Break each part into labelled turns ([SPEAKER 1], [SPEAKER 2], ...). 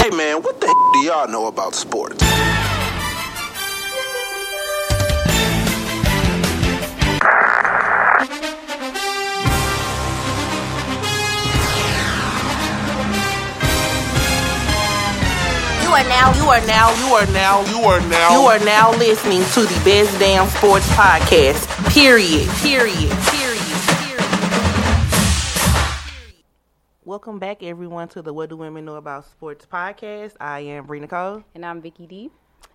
[SPEAKER 1] Hey man, what the do y'all know about sports?
[SPEAKER 2] You are now, you are now, you are now, you are now, you are now listening to the Best Damn Sports Podcast. Period. Period. Period. Period. Welcome back, everyone, to the What Do Women Know About Sports Podcast. I am Brina Cole.
[SPEAKER 3] And I'm Vicky D.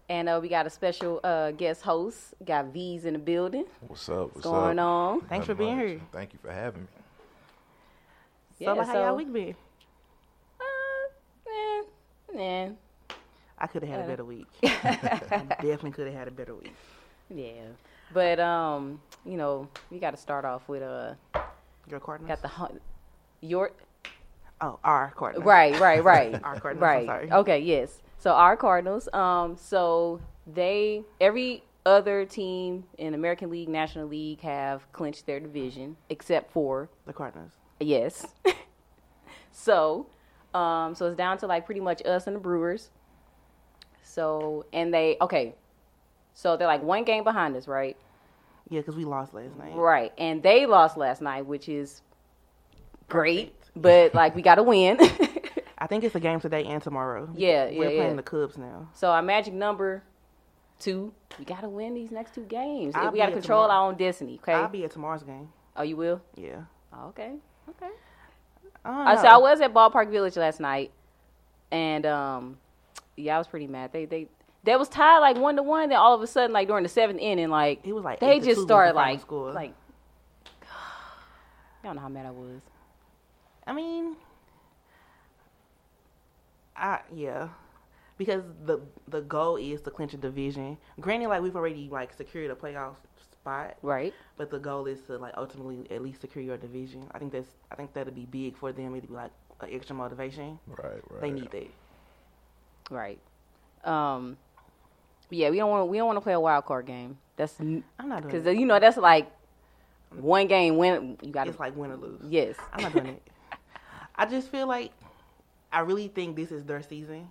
[SPEAKER 3] And uh, we got a special uh, guest host. Got V's in the building.
[SPEAKER 4] What's up? What's
[SPEAKER 3] going
[SPEAKER 4] up?
[SPEAKER 3] on?
[SPEAKER 2] Thanks for
[SPEAKER 4] Nothing
[SPEAKER 2] being
[SPEAKER 4] much.
[SPEAKER 2] here.
[SPEAKER 4] Thank you for having me.
[SPEAKER 2] So, like, how
[SPEAKER 3] so,
[SPEAKER 2] y'all week been?
[SPEAKER 3] Uh, eh, eh,
[SPEAKER 2] I could
[SPEAKER 3] Uh.
[SPEAKER 2] have had a better week. I definitely could have had a better week.
[SPEAKER 3] yeah. But um, you know, we got to start off with uh,
[SPEAKER 2] Your Cardinals?
[SPEAKER 3] got the hun- your
[SPEAKER 2] oh, our Cardinals.
[SPEAKER 3] right, right, right,
[SPEAKER 2] Our Cardinals, I'm
[SPEAKER 3] right.
[SPEAKER 2] sorry.
[SPEAKER 3] Okay, yes. So our Cardinals. Um, so they every other team in American League, National League have clinched their division except for
[SPEAKER 2] The Cardinals.
[SPEAKER 3] Yes. so, um, so it's down to like pretty much us and the Brewers. So and they okay, so they're like one game behind us, right?
[SPEAKER 2] Yeah, because we lost last night.
[SPEAKER 3] Right, and they lost last night, which is great, but like we got to win.
[SPEAKER 2] I think it's a game today and tomorrow.
[SPEAKER 3] Yeah,
[SPEAKER 2] We're
[SPEAKER 3] yeah,
[SPEAKER 2] playing
[SPEAKER 3] yeah.
[SPEAKER 2] the Cubs now.
[SPEAKER 3] so our magic number two, we got to win these next two games.
[SPEAKER 2] I'll
[SPEAKER 3] we
[SPEAKER 2] be
[SPEAKER 3] got to
[SPEAKER 2] at
[SPEAKER 3] control
[SPEAKER 2] tomorrow.
[SPEAKER 3] our own destiny. Okay.
[SPEAKER 2] I'll be at tomorrow's game.
[SPEAKER 3] oh, you will.
[SPEAKER 2] Yeah.
[SPEAKER 3] Oh, okay. Okay.
[SPEAKER 2] I
[SPEAKER 3] Uh,
[SPEAKER 2] don't
[SPEAKER 3] so I
[SPEAKER 2] know.
[SPEAKER 3] was at Ballpark Village last night, and um, yeah, I was pretty mad. They they they was tied like one to one. Then all of a sudden, like during the seventh inning, like
[SPEAKER 2] It was, like, eight
[SPEAKER 3] they
[SPEAKER 2] to two
[SPEAKER 3] just
[SPEAKER 2] was the
[SPEAKER 3] started
[SPEAKER 2] final
[SPEAKER 3] like
[SPEAKER 2] score.
[SPEAKER 3] like. I don't know how mad I was.
[SPEAKER 2] I mean, I yeah, because the the goal is to clinch a division. Granted, like we've already like secured a playoff spot,
[SPEAKER 3] Right.
[SPEAKER 2] but the goal is to like ultimately at least secure your division. I think that's I think that'd be big for them. It'd be like an extra motivation.
[SPEAKER 4] Right, right.
[SPEAKER 2] They need that.
[SPEAKER 3] Right. Um. but Yeah, we don't want we don't want to play a wild card game. That's
[SPEAKER 2] I'm not doing
[SPEAKER 3] because
[SPEAKER 2] it.
[SPEAKER 3] you know that's like one game win. You got
[SPEAKER 2] It's like win or lose.
[SPEAKER 3] yes.
[SPEAKER 2] I'm not doing it. I just feel like I really think this is their season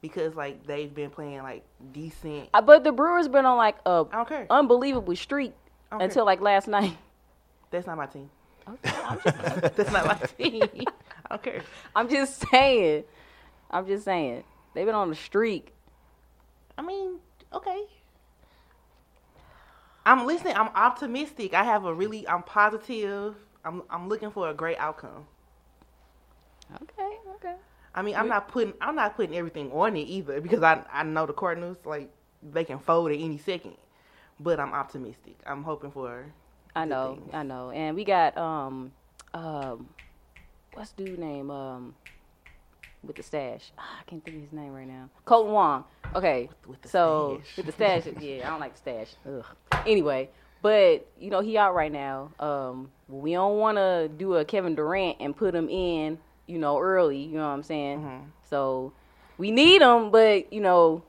[SPEAKER 2] because like they've been playing like decent.
[SPEAKER 3] Uh, But the Brewers been on like a
[SPEAKER 2] I don't care.
[SPEAKER 3] unbelievable streak
[SPEAKER 2] don't care.
[SPEAKER 3] until like last night.
[SPEAKER 2] That's not my team.
[SPEAKER 3] I'm just,
[SPEAKER 2] That's not my team. I don't care.
[SPEAKER 3] I'm just saying. I'm just saying. They've been on the streak.
[SPEAKER 2] I mean, okay. I'm listening. I'm optimistic. I have a really. I'm positive. I'm. I'm looking for a great outcome.
[SPEAKER 3] Okay, okay.
[SPEAKER 2] I mean, I'm not putting. I'm not putting everything on it either because I. I know the Cardinals like they can fold at any second, but I'm optimistic. I'm hoping for.
[SPEAKER 3] I
[SPEAKER 2] good
[SPEAKER 3] know,
[SPEAKER 2] things.
[SPEAKER 3] I know. And we got um um what's dude name? Um with the stash. Ah, I can't think of his name right now. Colton Wong. Okay.
[SPEAKER 2] with the
[SPEAKER 3] so
[SPEAKER 2] stash.
[SPEAKER 3] with the stash, yeah, I don't like the stash. Ugh. Anyway, but you know, he out right now. Um we don't wanna do a Kevin Durant and put him in, you know, early, you know what I'm saying?
[SPEAKER 2] Mm-hmm.
[SPEAKER 3] So we need him, but you know,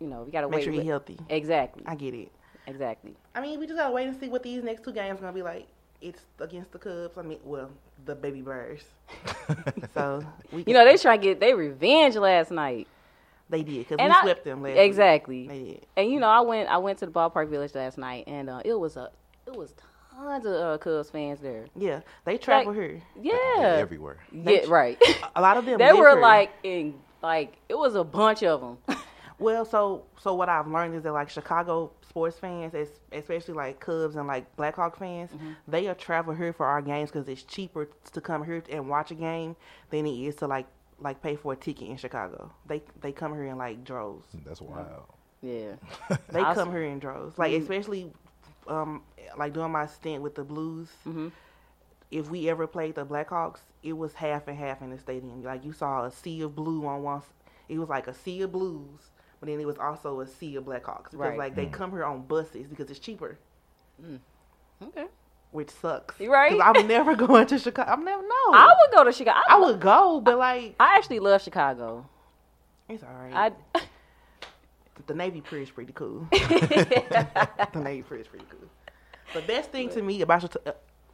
[SPEAKER 3] you know, we gotta
[SPEAKER 2] Make
[SPEAKER 3] wait.
[SPEAKER 2] sure
[SPEAKER 3] with-
[SPEAKER 2] he's healthy.
[SPEAKER 3] Exactly.
[SPEAKER 2] I get it.
[SPEAKER 3] Exactly.
[SPEAKER 2] I mean, we just gotta wait and see what these next two games gonna be like. It's against the Cubs. I mean, well, the baby birds. so we
[SPEAKER 3] You know, they try to get their revenge last night.
[SPEAKER 2] they did because we
[SPEAKER 3] and I-
[SPEAKER 2] swept them last. week.
[SPEAKER 3] exactly.
[SPEAKER 2] They did.
[SPEAKER 3] And you know, I went I went to the ballpark village last night, and uh, it was a it was tons of uh, Cubs fans there.
[SPEAKER 2] Yeah, they travel
[SPEAKER 3] Like-
[SPEAKER 2] here.
[SPEAKER 3] Yeah,
[SPEAKER 4] Everywhere.
[SPEAKER 3] Yeah, right.
[SPEAKER 2] A lot of them.
[SPEAKER 3] they
[SPEAKER 2] live
[SPEAKER 3] were
[SPEAKER 2] here.
[SPEAKER 3] like in like it was a bunch of them.
[SPEAKER 2] Well, so so what I've learned is that like Chicago sports fans, es- especially like Cubs and like Blackhawk fans,
[SPEAKER 3] Mm-hmm.
[SPEAKER 2] they are travel here for our games because it's cheaper to come here and watch a game than it is to like like pay for a ticket in Chicago. They they come here in like droves.
[SPEAKER 4] That's wild.
[SPEAKER 3] yeah,
[SPEAKER 2] They
[SPEAKER 3] Awesome.
[SPEAKER 2] come here in droves. Like
[SPEAKER 3] Mm-hmm.
[SPEAKER 2] especially um like doing my stint with the Blues.
[SPEAKER 3] Mm-hmm.
[SPEAKER 2] If we ever played the Blackhawks, it was half and half in the stadium. Like you saw a sea of blue on one. s- It was like a sea of blues, but then it was also a sea of Blackhawks because
[SPEAKER 3] Right.
[SPEAKER 2] like they come here on buses because it's cheaper,
[SPEAKER 3] okay.
[SPEAKER 2] which sucks.
[SPEAKER 3] You right.
[SPEAKER 2] 'Cause I'm never going to Chicago. I'm never no.
[SPEAKER 3] I would go to Chicago. I,
[SPEAKER 2] I would go, but like
[SPEAKER 3] I actually love Chicago.
[SPEAKER 2] it's all right.
[SPEAKER 3] I
[SPEAKER 2] the Navy Pier is pretty cool. the Navy Pier is pretty cool. The best thing to me about Chi- uh,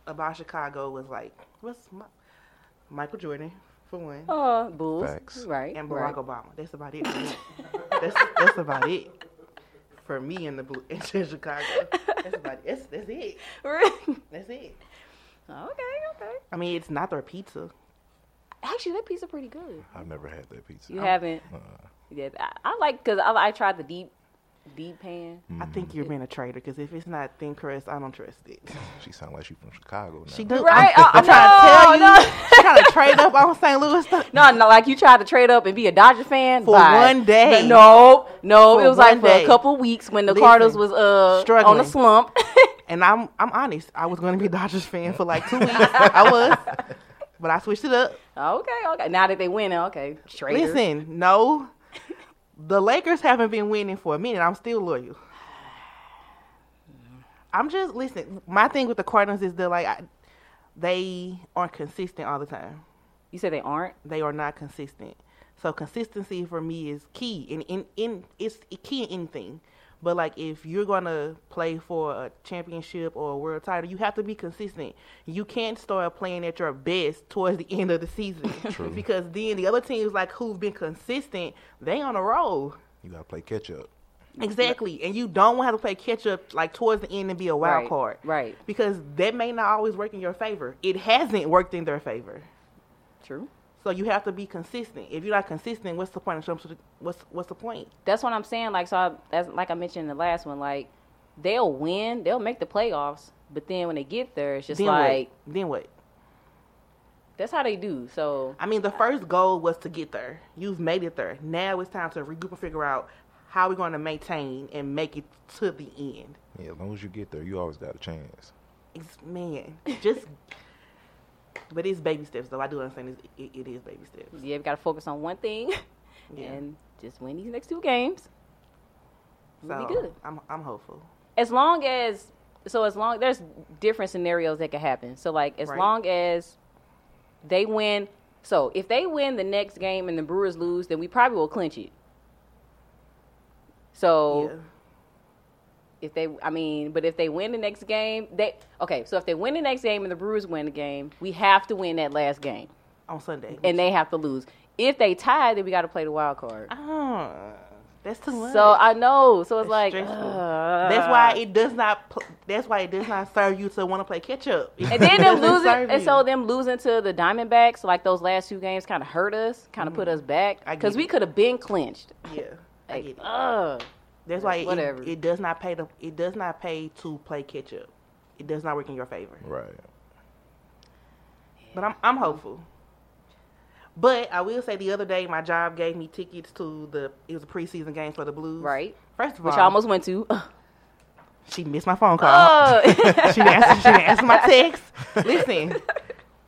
[SPEAKER 2] about Chicago was like what's my, Michael Jordan for one,
[SPEAKER 3] Uh, Bulls.
[SPEAKER 4] Facts.
[SPEAKER 3] Right.
[SPEAKER 2] and
[SPEAKER 3] right.
[SPEAKER 2] Barack Obama. That's about it. For me. that's that's about it for me in the blue in Chicago. That's about it. That's, that's it.
[SPEAKER 3] okay,
[SPEAKER 2] That's it.
[SPEAKER 3] okay.
[SPEAKER 2] I mean, it's not their pizza.
[SPEAKER 3] Actually, that pizza pretty good.
[SPEAKER 4] I've never had that pizza. Uh,
[SPEAKER 3] You haven't? Yeah, I, I like because I, I tried the deep, deep pan.
[SPEAKER 2] I think
[SPEAKER 3] Mm-hmm.
[SPEAKER 2] you're being a traitor because if it's not thin crust, I don't trust it.
[SPEAKER 4] She sound like she from Chicago now.
[SPEAKER 2] She do
[SPEAKER 3] Right?
[SPEAKER 2] I'm,
[SPEAKER 3] Oh,
[SPEAKER 2] I'm trying
[SPEAKER 3] no,
[SPEAKER 2] to tell you. She trying to trade up on St. Louis. stuff.
[SPEAKER 3] No, no, like you tried to trade up and be a Dodger fan
[SPEAKER 2] For
[SPEAKER 3] Bye.
[SPEAKER 2] one day.
[SPEAKER 3] No, no,
[SPEAKER 2] For
[SPEAKER 3] it was like
[SPEAKER 2] one
[SPEAKER 3] for
[SPEAKER 2] day.
[SPEAKER 3] a couple weeks when the
[SPEAKER 2] Listen,
[SPEAKER 3] Cardinals was uh on
[SPEAKER 2] struggling.
[SPEAKER 3] a slump.
[SPEAKER 2] And I'm I'm honest. I was going to be a Dodgers fan for like two weeks. I was, but I switched it up.
[SPEAKER 3] okay, okay. Now that they winning, okay, trade.
[SPEAKER 2] Listen, no, the Lakers haven't been winning for a minute. I'm still loyal. I'm just listen. My thing with the Cardinals is they're like I, they aren't consistent all the time.
[SPEAKER 3] You said they aren't.
[SPEAKER 2] They are not consistent. So consistency for me is key in in, in it's key in anything. But like if you're gonna play for a championship or a world title, you have to be consistent. You can't start playing at your best towards the end of the season.
[SPEAKER 4] True.
[SPEAKER 2] Because then the other teams like who've been consistent, they on a roll.
[SPEAKER 4] You gotta play catch up.
[SPEAKER 2] Exactly. And you don't want to have to play catch up like towards the end and be a wild
[SPEAKER 3] Right,
[SPEAKER 2] card.
[SPEAKER 3] right.
[SPEAKER 2] Because that may not always work in your favor. It hasn't worked in their favor.
[SPEAKER 3] True.
[SPEAKER 2] So you have to be consistent. If you're not consistent, what's the point of some sort of- what's what's the point?
[SPEAKER 3] That's what I'm saying. Like so, I, that's like I mentioned in the last one. Like they'll win, they'll make the playoffs, but then when they get there, it's just
[SPEAKER 2] Then
[SPEAKER 3] like
[SPEAKER 2] what? Then what?
[SPEAKER 3] that's how they do. So
[SPEAKER 2] I mean, the first goal was to get there. You've made it there. Now it's time to regroup and figure out how we're going to maintain and make it to the end.
[SPEAKER 4] Yeah, as long as you get there, you always got a chance.
[SPEAKER 2] It's, man, just. but it's baby steps, though. I do understand it's, it, it is baby steps.
[SPEAKER 3] yeah, we got to focus on one thing,
[SPEAKER 2] Yeah.
[SPEAKER 3] and just win these next two games. We'll
[SPEAKER 2] so
[SPEAKER 3] be good.
[SPEAKER 2] I'm I'm hopeful.
[SPEAKER 3] as long as so as long there's different scenarios that could happen so like as
[SPEAKER 2] Right.
[SPEAKER 3] long as they win so if they win the next game and the brewers lose then we probably will clinch it so
[SPEAKER 2] Yeah.
[SPEAKER 3] if they i mean but if they win the next game they okay so if they win the next game and the brewers win the game we have to win that last game
[SPEAKER 2] On Sunday.
[SPEAKER 3] and they have to lose if they tie then we got to play the wild card
[SPEAKER 2] Ah, that's too much.
[SPEAKER 3] so i know so
[SPEAKER 2] That's
[SPEAKER 3] it's like
[SPEAKER 2] stressful.
[SPEAKER 3] uh,
[SPEAKER 2] that's why it does not. Pl- that's why it does not serve you to want to play catch up.
[SPEAKER 3] And then them losing, and so
[SPEAKER 2] then
[SPEAKER 3] them losing to the Diamondbacks, like those last two games, kind of hurt us, kind of put us back
[SPEAKER 2] Mm. I get
[SPEAKER 3] because we
[SPEAKER 2] it.
[SPEAKER 3] could have been clinched.
[SPEAKER 2] yeah, I
[SPEAKER 3] Like,
[SPEAKER 2] get it.
[SPEAKER 3] ugh.
[SPEAKER 2] That's why it,
[SPEAKER 3] whatever.
[SPEAKER 2] it does not pay to it does not pay to play catch up. It does not work in your favor.
[SPEAKER 4] Right.
[SPEAKER 2] But I'm I'm hopeful. But I will say the other day my job gave me tickets to the it was a preseason game for the Blues.
[SPEAKER 3] Right.
[SPEAKER 2] First of all,
[SPEAKER 3] which I almost Oh. went to.
[SPEAKER 2] she missed my phone call.
[SPEAKER 3] Ugh.
[SPEAKER 2] she didn't answer. She didn't answer my text. Listen,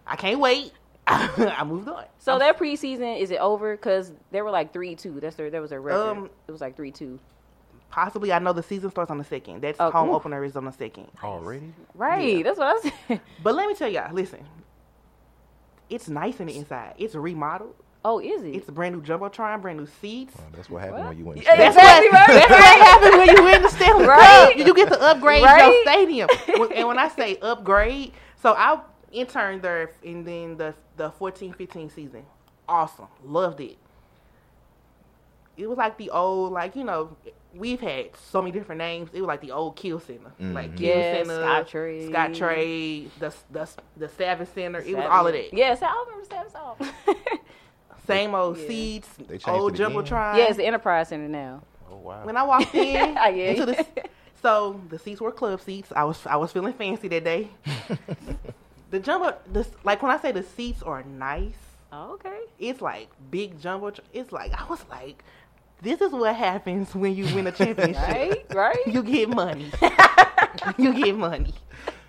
[SPEAKER 2] I can't wait. I moved on.
[SPEAKER 3] so their preseason is it over? Because they were like three two. That's their that was their record.
[SPEAKER 2] Um,
[SPEAKER 3] it was like three two.
[SPEAKER 2] Possibly, I know the season starts on the second. That's
[SPEAKER 3] Oh,
[SPEAKER 2] home
[SPEAKER 3] ooh.
[SPEAKER 2] opener is on the second.
[SPEAKER 4] Already?
[SPEAKER 3] Right. That's what I said.
[SPEAKER 2] But let me tell y'all, listen, it's nice in the inside. It's remodeled.
[SPEAKER 3] Oh, is it?
[SPEAKER 2] It's a brand new jumbotron, brand new seats.
[SPEAKER 4] Well, that's what happened when you went.
[SPEAKER 3] Yeah,
[SPEAKER 4] straight.
[SPEAKER 3] exactly right.
[SPEAKER 2] That's what happens when you win the Stanley
[SPEAKER 3] Right?
[SPEAKER 2] Cup. You get to upgrade
[SPEAKER 3] Right?
[SPEAKER 2] your stadium. When- And when I say upgrade, so I interned there in then the the 14-15 season. Awesome. Loved it. It was like the old, like, you know, we've had so many different names. It was like the old Kill Center.
[SPEAKER 4] Mm-hmm.
[SPEAKER 2] Like Kill
[SPEAKER 3] Yes,
[SPEAKER 2] Center,
[SPEAKER 3] Scottrade.
[SPEAKER 2] Scottrade, the, the, the Savage Center. It was all of that.
[SPEAKER 3] Yes, I remember Sam's off.
[SPEAKER 2] Same old
[SPEAKER 3] Yeah.
[SPEAKER 2] seats,
[SPEAKER 4] They changed
[SPEAKER 2] old
[SPEAKER 4] it again?
[SPEAKER 2] Jumbotron.
[SPEAKER 3] yeah, it's the Enterprise Center now.
[SPEAKER 4] Oh wow.
[SPEAKER 2] when I walked in
[SPEAKER 3] I get
[SPEAKER 2] into
[SPEAKER 3] you.
[SPEAKER 2] the, so the seats were club seats. I was I was feeling fancy that day. the jumbo, the, like when I say the seats are nice,
[SPEAKER 3] Oh, okay.
[SPEAKER 2] it's like big jumbo. It's like I was like, this is what happens when you win a championship.
[SPEAKER 3] Right. Right.
[SPEAKER 2] You get money. you get money.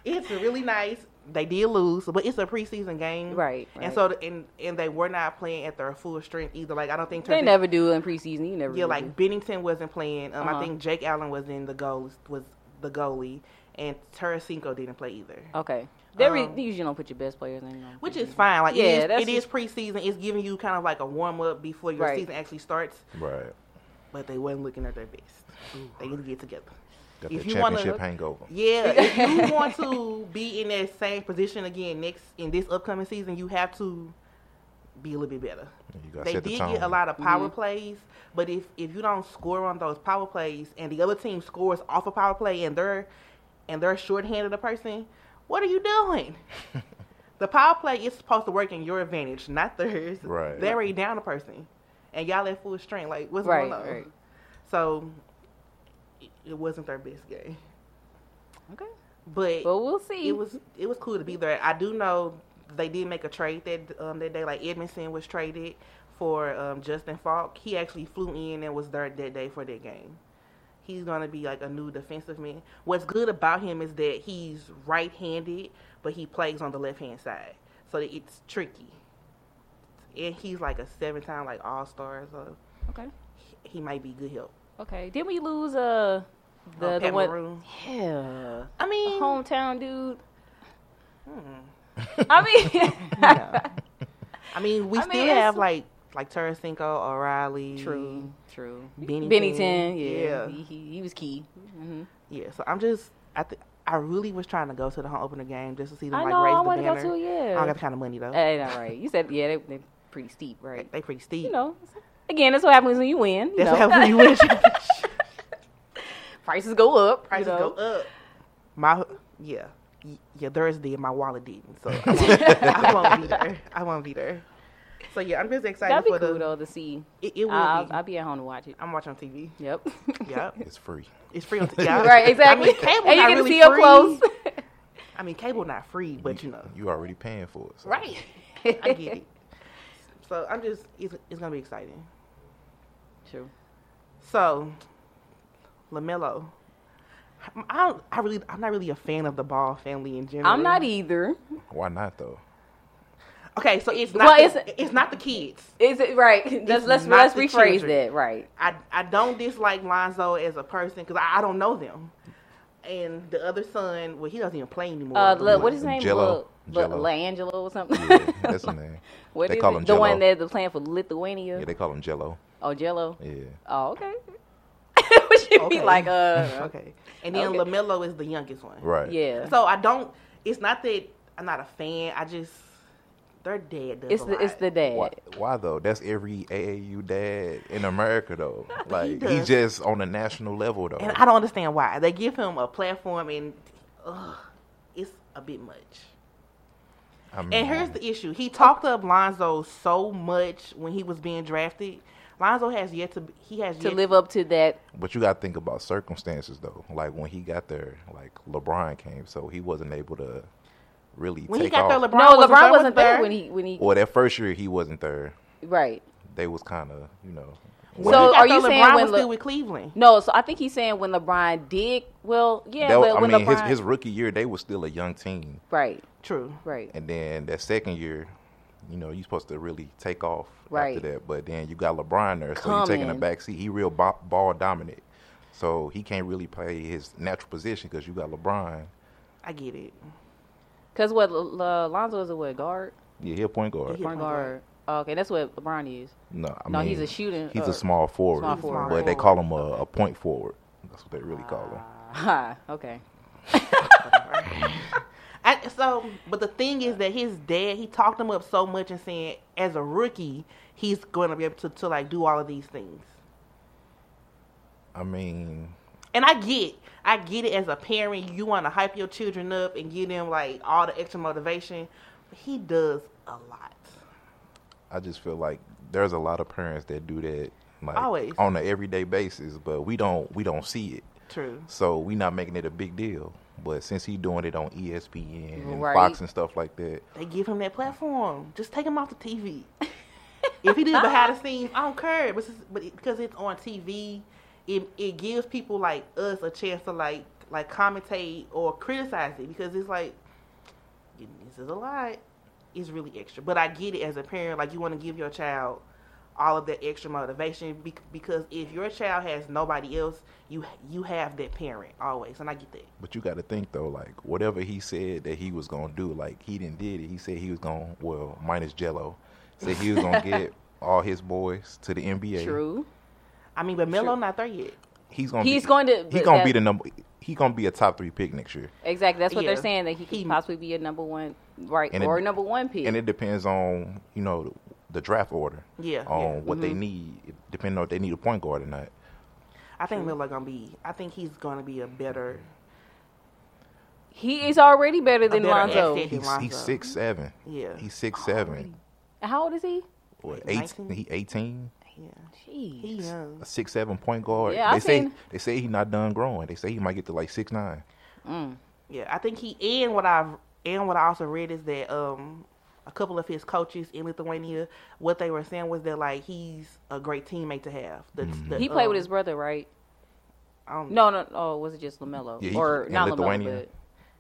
[SPEAKER 2] It's really nice. They did lose, but it's a preseason game,
[SPEAKER 3] Right, right.
[SPEAKER 2] And so, the, and and they were not playing at their full strength either. Like I don't think
[SPEAKER 3] they
[SPEAKER 2] Transi-
[SPEAKER 3] never do in preseason. You never.
[SPEAKER 2] yeah,
[SPEAKER 3] really
[SPEAKER 2] like Bennington wasn't playing. Um,
[SPEAKER 3] Uh-huh.
[SPEAKER 2] I think Jake Allen was in the goal was the goalie, and Tarasenko didn't play either,
[SPEAKER 3] Okay. They re-
[SPEAKER 2] Um,
[SPEAKER 3] they usually don't put your best players in. on
[SPEAKER 2] which
[SPEAKER 3] preseason.
[SPEAKER 2] is fine. Like
[SPEAKER 3] Mm-hmm. Yeah,
[SPEAKER 2] it, is,
[SPEAKER 3] that's
[SPEAKER 2] it is preseason. It's giving you kind of like a warm up before your
[SPEAKER 3] Right.
[SPEAKER 2] season actually starts.
[SPEAKER 4] right.
[SPEAKER 2] But they wasn't looking at their best. They need to get together.
[SPEAKER 4] Got
[SPEAKER 2] If
[SPEAKER 4] that
[SPEAKER 2] you wanna-
[SPEAKER 4] championship hangover.
[SPEAKER 2] Yeah, if you want to be in that same position again next in this upcoming season, you have to be a little bit better.
[SPEAKER 4] You gotta
[SPEAKER 2] They
[SPEAKER 4] set
[SPEAKER 2] did
[SPEAKER 4] the
[SPEAKER 2] get a
[SPEAKER 4] tone.
[SPEAKER 2] lot of power
[SPEAKER 3] Mm-hmm.
[SPEAKER 2] plays, but if if you don't score on those power plays and the other team scores off a power play and they're and they're shorthanded a person, what are you doing? the power play is supposed to work in your advantage, not theirs.
[SPEAKER 4] Right.
[SPEAKER 2] They're already down a person, and y'all at full strength. Like what's
[SPEAKER 3] Right,
[SPEAKER 2] going on?
[SPEAKER 3] right.
[SPEAKER 2] So it, it wasn't their best game,
[SPEAKER 3] Okay.
[SPEAKER 2] but
[SPEAKER 3] But we'll see.
[SPEAKER 2] it was it was cool to be there. I do know they did make a trade that um, that day. Like Edmondson was traded for um, Justin Falk. He actually flew in and was there that day for that game. He's gonna be like a new defensive man. What's good about him is that he's right-handed, but he plays on the left-hand side, so that it's tricky. And he's like a seven-time like All-Star, so
[SPEAKER 3] okay.
[SPEAKER 2] he- he might be good help.
[SPEAKER 3] Okay. Did we lose uh the,
[SPEAKER 2] Oh,
[SPEAKER 3] the
[SPEAKER 2] Pat
[SPEAKER 3] one?
[SPEAKER 2] Maroon.
[SPEAKER 3] Yeah.
[SPEAKER 2] I
[SPEAKER 3] The
[SPEAKER 2] mean,
[SPEAKER 3] hometown dude.
[SPEAKER 2] Hmm.
[SPEAKER 3] I mean,
[SPEAKER 2] I mean, we
[SPEAKER 3] I mean,
[SPEAKER 2] still
[SPEAKER 3] it's-
[SPEAKER 2] have like like Tarasenko, O'Reilly,
[SPEAKER 3] true, true.
[SPEAKER 2] Bennington.
[SPEAKER 3] Bennington, yeah,
[SPEAKER 2] Yeah.
[SPEAKER 3] He, he, he was key. hmm
[SPEAKER 2] Yeah, so I'm just I th- I really was trying to go to the home opener game just to see them
[SPEAKER 3] I
[SPEAKER 2] like
[SPEAKER 3] know,
[SPEAKER 2] raise
[SPEAKER 3] I
[SPEAKER 2] the
[SPEAKER 3] wanted to go
[SPEAKER 2] banner.
[SPEAKER 3] too, yeah.
[SPEAKER 2] I don't got the kind of money though.
[SPEAKER 3] Hey, all right. You said yeah, they they pretty steep, right?
[SPEAKER 2] they pretty steep.
[SPEAKER 3] You know, again, that's what happens when you win. You
[SPEAKER 2] That's
[SPEAKER 3] know.
[SPEAKER 2] how we win.
[SPEAKER 3] Prices go up.
[SPEAKER 2] Prices
[SPEAKER 3] you know.
[SPEAKER 2] go up. My yeah. Y- Yeah, theirs did. My wallet didn't. So I won't, I won't be there. I won't be there. So yeah, I'm just excited
[SPEAKER 3] That'd be
[SPEAKER 2] for
[SPEAKER 3] cool
[SPEAKER 2] the.
[SPEAKER 3] though Uh, to see.
[SPEAKER 2] It, it will
[SPEAKER 3] I'll,
[SPEAKER 2] be.
[SPEAKER 3] I'll be at home to watch it.
[SPEAKER 2] I'm watching on TV.
[SPEAKER 3] Yep.
[SPEAKER 2] Yep,
[SPEAKER 4] It's free.
[SPEAKER 2] it's free on TV. Yeah.
[SPEAKER 3] right. Exactly.
[SPEAKER 2] I mean, cable
[SPEAKER 3] and you
[SPEAKER 2] not
[SPEAKER 3] get
[SPEAKER 2] really
[SPEAKER 3] to see up
[SPEAKER 2] free.
[SPEAKER 3] close.
[SPEAKER 2] I mean, cable not free, but you know.
[SPEAKER 4] You already paying for it. so-
[SPEAKER 2] Right. I get it. So I'm just. It's, it's gonna be exciting.
[SPEAKER 3] True.
[SPEAKER 2] So, Lamelo, I, don't- I really, I'm not really a fan of the Ball family in general.
[SPEAKER 3] I'm not e-, either.
[SPEAKER 4] Why not though?
[SPEAKER 2] okay, so it's not.
[SPEAKER 3] Well,
[SPEAKER 2] the,
[SPEAKER 3] it's-
[SPEAKER 2] it's, not the kids.
[SPEAKER 3] Is it right? Let's let's
[SPEAKER 2] not
[SPEAKER 3] let's
[SPEAKER 2] the
[SPEAKER 3] rephrase
[SPEAKER 2] children.
[SPEAKER 3] that. Right.
[SPEAKER 2] I, I don't dislike Lonzo as a person because I, I don't know them. And the other son, well, he doesn't even play anymore.
[SPEAKER 3] Uh,
[SPEAKER 2] The
[SPEAKER 3] Le,
[SPEAKER 2] one-
[SPEAKER 3] what is his name?
[SPEAKER 4] Jello.
[SPEAKER 3] Le, Le,
[SPEAKER 4] Jello.
[SPEAKER 3] LaAngelo or something.
[SPEAKER 4] Yeah, that's the name.
[SPEAKER 3] What
[SPEAKER 4] they
[SPEAKER 3] is
[SPEAKER 4] call
[SPEAKER 3] it?
[SPEAKER 4] him
[SPEAKER 3] the
[SPEAKER 4] Jello.
[SPEAKER 3] one that was playing for Lithuania.
[SPEAKER 4] Yeah, they call him Jello.
[SPEAKER 3] oh, Jello.
[SPEAKER 4] Yeah.
[SPEAKER 3] Oh, okay. What she be
[SPEAKER 2] Okay.
[SPEAKER 3] like? Uh,
[SPEAKER 2] Okay, and then
[SPEAKER 3] Okay.
[SPEAKER 2] Lamelo is the youngest one.
[SPEAKER 4] Right.
[SPEAKER 3] yeah.
[SPEAKER 2] So I don't. It's not that I'm not a fan. I just their dad does.
[SPEAKER 3] it's
[SPEAKER 2] a
[SPEAKER 3] the
[SPEAKER 2] lot.
[SPEAKER 3] it's the dad.
[SPEAKER 4] Why, why though? That's every AAU dad in America though. Like
[SPEAKER 2] does.
[SPEAKER 4] he's just on a national level though.
[SPEAKER 2] and I don't understand why they give him a platform and ugh, it's a bit much.
[SPEAKER 4] I mean,
[SPEAKER 2] And here's the issue: he talked up Lonzo so much when he was being drafted. Lonzo has yet to he has
[SPEAKER 3] To
[SPEAKER 2] yet
[SPEAKER 3] live up to that.
[SPEAKER 4] But you got to think about circumstances though. Like when he got there, like LeBron came, so he wasn't able to really
[SPEAKER 2] when
[SPEAKER 4] take
[SPEAKER 2] he got
[SPEAKER 4] off.
[SPEAKER 2] there. LeBron
[SPEAKER 3] no,
[SPEAKER 2] wasn't
[SPEAKER 3] LeBron
[SPEAKER 2] there,
[SPEAKER 3] wasn't there
[SPEAKER 2] there.
[SPEAKER 3] when he when he
[SPEAKER 4] Well, that first year he wasn't there.
[SPEAKER 3] right.
[SPEAKER 4] They was kind of, you know.
[SPEAKER 2] When
[SPEAKER 3] So
[SPEAKER 2] he got
[SPEAKER 3] are you
[SPEAKER 2] there,
[SPEAKER 3] saying
[SPEAKER 2] LeBron
[SPEAKER 3] when
[SPEAKER 2] was
[SPEAKER 3] Le-
[SPEAKER 2] still with Cleveland?
[SPEAKER 3] No, so I think he's saying when LeBron did. Well, yeah,
[SPEAKER 4] that,
[SPEAKER 3] but
[SPEAKER 4] I
[SPEAKER 3] when
[SPEAKER 4] mean, his,
[SPEAKER 3] LeBron
[SPEAKER 4] his rookie year they was still a young team,
[SPEAKER 3] right,
[SPEAKER 2] True.
[SPEAKER 3] right.
[SPEAKER 4] and then that second year, you know, you supposed to really take off
[SPEAKER 3] Right.
[SPEAKER 4] after that. But then you got LeBron there, so
[SPEAKER 3] Come
[SPEAKER 4] he's taking a
[SPEAKER 3] in.
[SPEAKER 4] back seat. He real ba- ball dominant, so he can't really play his natural position because you got LeBron.
[SPEAKER 2] I get it.
[SPEAKER 3] Because what L- L- Lonzo is a what guard,
[SPEAKER 4] Yeah, he a point guguard.
[SPEAKER 2] Yeah,
[SPEAKER 3] point
[SPEAKER 2] point guard.
[SPEAKER 3] guard. Oh, okay, that's what LeBron is.
[SPEAKER 4] No, I
[SPEAKER 3] No,
[SPEAKER 4] mean,
[SPEAKER 3] he's a shooting-
[SPEAKER 4] He's
[SPEAKER 3] or-
[SPEAKER 4] a small forward,
[SPEAKER 3] small forward.
[SPEAKER 4] but they call him a, a point forward. That's what they really call him.
[SPEAKER 2] Uh-huh.
[SPEAKER 3] Ha. Okay.
[SPEAKER 2] I, so, but the thing is that his dad he talked him up so much and saying as a rookie he's going to be able to, to like do all of these things.
[SPEAKER 4] I mean,
[SPEAKER 2] And I get, I get it as a parent, you want to hype your children up and give them like all the extra motivation. But he does a lot.
[SPEAKER 4] I just feel like there's a lot of parents that do that, like
[SPEAKER 2] Always.
[SPEAKER 4] on an everyday basis, but we don't we don't see it,
[SPEAKER 2] True.
[SPEAKER 4] so we not making it a big deal. But since he doing it on E ESPN and
[SPEAKER 3] Right.
[SPEAKER 4] Fox and stuff like that,
[SPEAKER 2] They give him that platform. Just take him off the TV. if he did behind the scenes, I don't care. But, it's- but it, because it's on TV, it it gives people like us a chance to like like commentate or criticize it because it's like this is a lot. It's really extra. But I get it as a parent, like you want to give your child all of that extra motivation be- because if your child has nobody else, you you have that parent always, and I get that.
[SPEAKER 4] But you got to think though, like whatever he said that he was gonna do, like he didn't did it. He said he was gonna well minus Jello, said he was gonna get all his boys to the NBA.
[SPEAKER 3] True.
[SPEAKER 2] I mean, but Melo not there yet.
[SPEAKER 4] He's gonna
[SPEAKER 3] He's
[SPEAKER 4] be,
[SPEAKER 3] going to-
[SPEAKER 4] he gonna
[SPEAKER 3] that-
[SPEAKER 4] be the number. He gonna be a top three pick next year,
[SPEAKER 3] Exactly. That's what
[SPEAKER 2] Yeah.
[SPEAKER 3] they're saying that he could
[SPEAKER 2] He-
[SPEAKER 3] possibly be a number one, right,
[SPEAKER 4] And it-
[SPEAKER 3] or a number one pick.
[SPEAKER 4] and it depends on you know the draft order
[SPEAKER 2] Yeah,
[SPEAKER 4] on
[SPEAKER 2] yeah.
[SPEAKER 4] what
[SPEAKER 3] Mm-hmm.
[SPEAKER 4] they need, depending on if they need a point guard or not.
[SPEAKER 2] I think Miller gonna be. I think he's gonna be a better.
[SPEAKER 3] He is already better than
[SPEAKER 2] better
[SPEAKER 3] Lonzo.
[SPEAKER 2] asset.
[SPEAKER 4] He's, he's
[SPEAKER 2] Lonzo.
[SPEAKER 4] six seven.
[SPEAKER 2] Yeah.
[SPEAKER 4] he's six
[SPEAKER 3] Oh,
[SPEAKER 4] seven.
[SPEAKER 3] How old is he?
[SPEAKER 4] What, eight,
[SPEAKER 2] 19?
[SPEAKER 4] he eighteen?
[SPEAKER 2] Yeah,
[SPEAKER 3] Jeez.
[SPEAKER 2] he young.
[SPEAKER 4] A six seven point guard.
[SPEAKER 3] Yeah,
[SPEAKER 4] they
[SPEAKER 3] I've
[SPEAKER 4] say
[SPEAKER 3] seen-
[SPEAKER 4] they say he's not done growing. They say he might get to like six nine.
[SPEAKER 2] Yeah, I think he and what I've and what I also read is that um a couple of his coaches in Lithuania, what they were saying was that like he's a great teammate to have. The, the,
[SPEAKER 3] He played
[SPEAKER 2] um,
[SPEAKER 3] with his brother, right?
[SPEAKER 2] I don't
[SPEAKER 3] No, no, oh, was it just Lamelo
[SPEAKER 4] Yeah, he-
[SPEAKER 3] or
[SPEAKER 4] in
[SPEAKER 3] not
[SPEAKER 4] Lithuania.
[SPEAKER 3] Lamelo?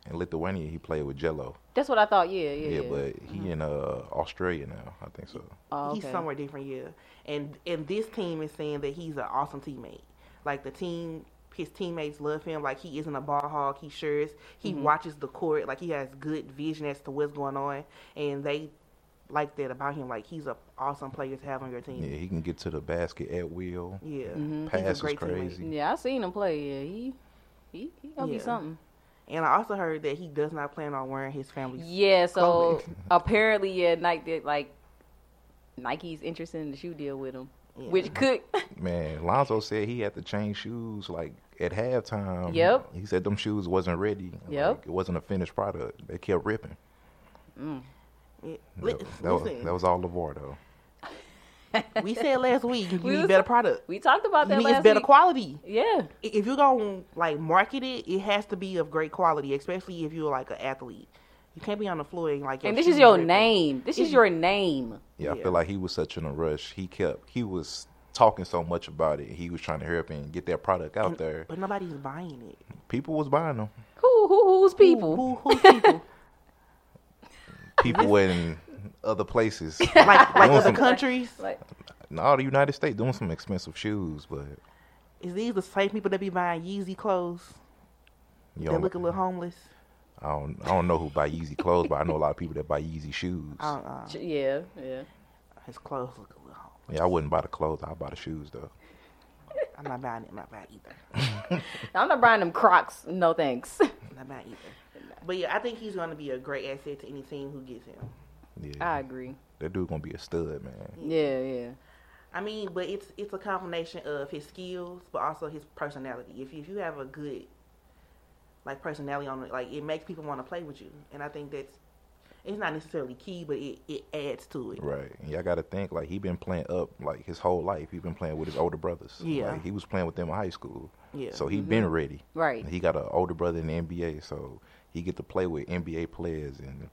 [SPEAKER 3] But
[SPEAKER 4] In Lithuania, he played with Jello.
[SPEAKER 3] that's what I thought. Yeah, yeah.
[SPEAKER 4] Yeah, but he in uh, Australia now. I think so.
[SPEAKER 3] oh,
[SPEAKER 2] He's
[SPEAKER 3] okay.
[SPEAKER 2] somewhere different, yeah. And and this team is saying that he's an awesome teammate. Like the team, his teammates love him. Like he isn't a ball hog. He sure is. He
[SPEAKER 3] Mm-hmm.
[SPEAKER 2] watches the court. Like he has good vision as to what's going on, and they like that about him. Like he's a awesome player to have on your
[SPEAKER 4] Yeah,
[SPEAKER 2] team.
[SPEAKER 4] he can get to the basket at will.
[SPEAKER 2] Yeah,
[SPEAKER 3] Mm-hmm.
[SPEAKER 2] He's a
[SPEAKER 4] Pass is
[SPEAKER 2] great teammate.
[SPEAKER 4] crazy.
[SPEAKER 3] Yeah, I seen him play. Yeah, he he he gonna
[SPEAKER 2] Yeah.
[SPEAKER 3] be something.
[SPEAKER 2] And I also heard that he does not plan on wearing his family's.
[SPEAKER 3] Yeah, so
[SPEAKER 2] Clothing.
[SPEAKER 3] apparently, yeah, Nike did, like Nike's interested in the shoe deal with him, which could
[SPEAKER 4] Man, Lonzo said he had to change shoes like at halftime.
[SPEAKER 3] Yep.
[SPEAKER 4] He said them shoes wasn't ready.
[SPEAKER 3] Yep.
[SPEAKER 4] Like, it wasn't a finished product. They kept ripping.
[SPEAKER 2] Yeah. Li-
[SPEAKER 4] That, that was,
[SPEAKER 2] listen,
[SPEAKER 4] that was all Lavar though.
[SPEAKER 2] we said last week you
[SPEAKER 3] We
[SPEAKER 2] need
[SPEAKER 3] was-
[SPEAKER 2] better product.
[SPEAKER 3] we talked about
[SPEAKER 2] You
[SPEAKER 3] that
[SPEAKER 2] need
[SPEAKER 3] last
[SPEAKER 2] better
[SPEAKER 3] week.
[SPEAKER 2] quality.
[SPEAKER 3] yeah,
[SPEAKER 2] i- if you're gonna like market it, it has to be of great quality, especially if you're like an athlete. You can't be on the floor and like.
[SPEAKER 3] and this is
[SPEAKER 2] shoes
[SPEAKER 3] your
[SPEAKER 2] ripping.
[SPEAKER 3] name. This is your name.
[SPEAKER 4] Yeah, I
[SPEAKER 2] Yeah.
[SPEAKER 4] feel like he was such in a rush. He kept he was talking so much about it. He was trying to hurry up and get that product out there.
[SPEAKER 2] But nobody's buying it.
[SPEAKER 4] People was buying them.
[SPEAKER 3] Who who who's people?
[SPEAKER 2] Who, who people?
[SPEAKER 4] People in other places.
[SPEAKER 2] like like
[SPEAKER 4] Doing
[SPEAKER 2] other
[SPEAKER 4] some-
[SPEAKER 2] countries?
[SPEAKER 3] Like
[SPEAKER 4] in all the United States doing some expensive shoes, but
[SPEAKER 2] Is these the same people that be buying Yeezy clothes?
[SPEAKER 4] you
[SPEAKER 2] They
[SPEAKER 4] don't,
[SPEAKER 2] look a little homeless.
[SPEAKER 4] I don't I don't know who buy Yeezy clothes, but I know a lot of people that buy Yeezy shoes.
[SPEAKER 2] Uh,
[SPEAKER 3] ch- yeah, yeah.
[SPEAKER 2] his clothes look a little homeless.
[SPEAKER 4] Yeah, I wouldn't buy the clothes. I'd buy the shoes though.
[SPEAKER 2] I'm not buying it. I'm not buying it either.
[SPEAKER 3] I'm not buying them Crocs. No thanks.
[SPEAKER 2] I'm not buying it either. But yeah, I think he's gonna be a great asset to any team who gets him.
[SPEAKER 4] Yeah,
[SPEAKER 3] I agree.
[SPEAKER 4] that dude gonna be a stud, man.
[SPEAKER 3] Yeah, yeah.
[SPEAKER 2] I mean, but it's it's a combination of his skills, but also his personality. If you, if you have a good like personality on it, like it makes people want to play with you, and I think that's it's not necessarily key, but it, it adds to it.
[SPEAKER 4] Right, and y'all got to think like he been playing up like his whole life. He been playing with his older brothers.
[SPEAKER 2] Yeah.
[SPEAKER 4] like, he was playing with them in high school.
[SPEAKER 2] Yeah. Mm-hmm.
[SPEAKER 4] so he been ready.
[SPEAKER 3] Right.
[SPEAKER 4] he got an older brother in the NBA, so he get to play with NBA players and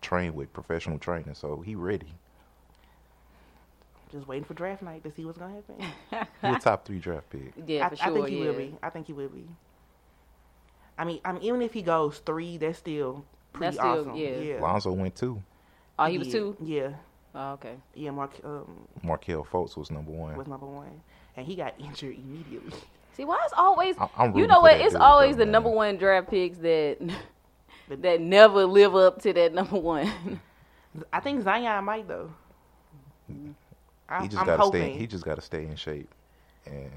[SPEAKER 4] train with professional training. So he ready.
[SPEAKER 2] Just waiting for draft night to see what's gonna happen.
[SPEAKER 4] He a top three draft pick.
[SPEAKER 3] Yeah,
[SPEAKER 2] I,
[SPEAKER 3] for
[SPEAKER 2] I
[SPEAKER 3] sure.
[SPEAKER 2] think he
[SPEAKER 3] yeah.
[SPEAKER 2] will be. I think he will be. I mean, I mean, even if he goes three, that's still pretty
[SPEAKER 3] That's still-
[SPEAKER 2] awesome.
[SPEAKER 3] yeah.
[SPEAKER 4] Lonzo went two.
[SPEAKER 3] Oh, he was
[SPEAKER 2] Yeah.
[SPEAKER 3] two.
[SPEAKER 2] Yeah,
[SPEAKER 3] Oh, okay.
[SPEAKER 2] yeah. Mark um,
[SPEAKER 4] Markel Fultz was number one.
[SPEAKER 2] was number one, and he got injured immediately.
[SPEAKER 3] See, why it's always
[SPEAKER 4] I- I'm
[SPEAKER 3] you
[SPEAKER 4] rooting
[SPEAKER 3] know
[SPEAKER 4] for
[SPEAKER 3] what?
[SPEAKER 4] that
[SPEAKER 3] It's
[SPEAKER 4] dude,
[SPEAKER 3] always
[SPEAKER 4] though,
[SPEAKER 3] the
[SPEAKER 4] man.
[SPEAKER 3] number one draft picks that
[SPEAKER 2] But-
[SPEAKER 3] that never live up to that number one.
[SPEAKER 2] I think Zion might though. I,
[SPEAKER 4] He just
[SPEAKER 2] I'm
[SPEAKER 4] gotta
[SPEAKER 2] hoping.
[SPEAKER 4] stay. He just gotta stay in shape, and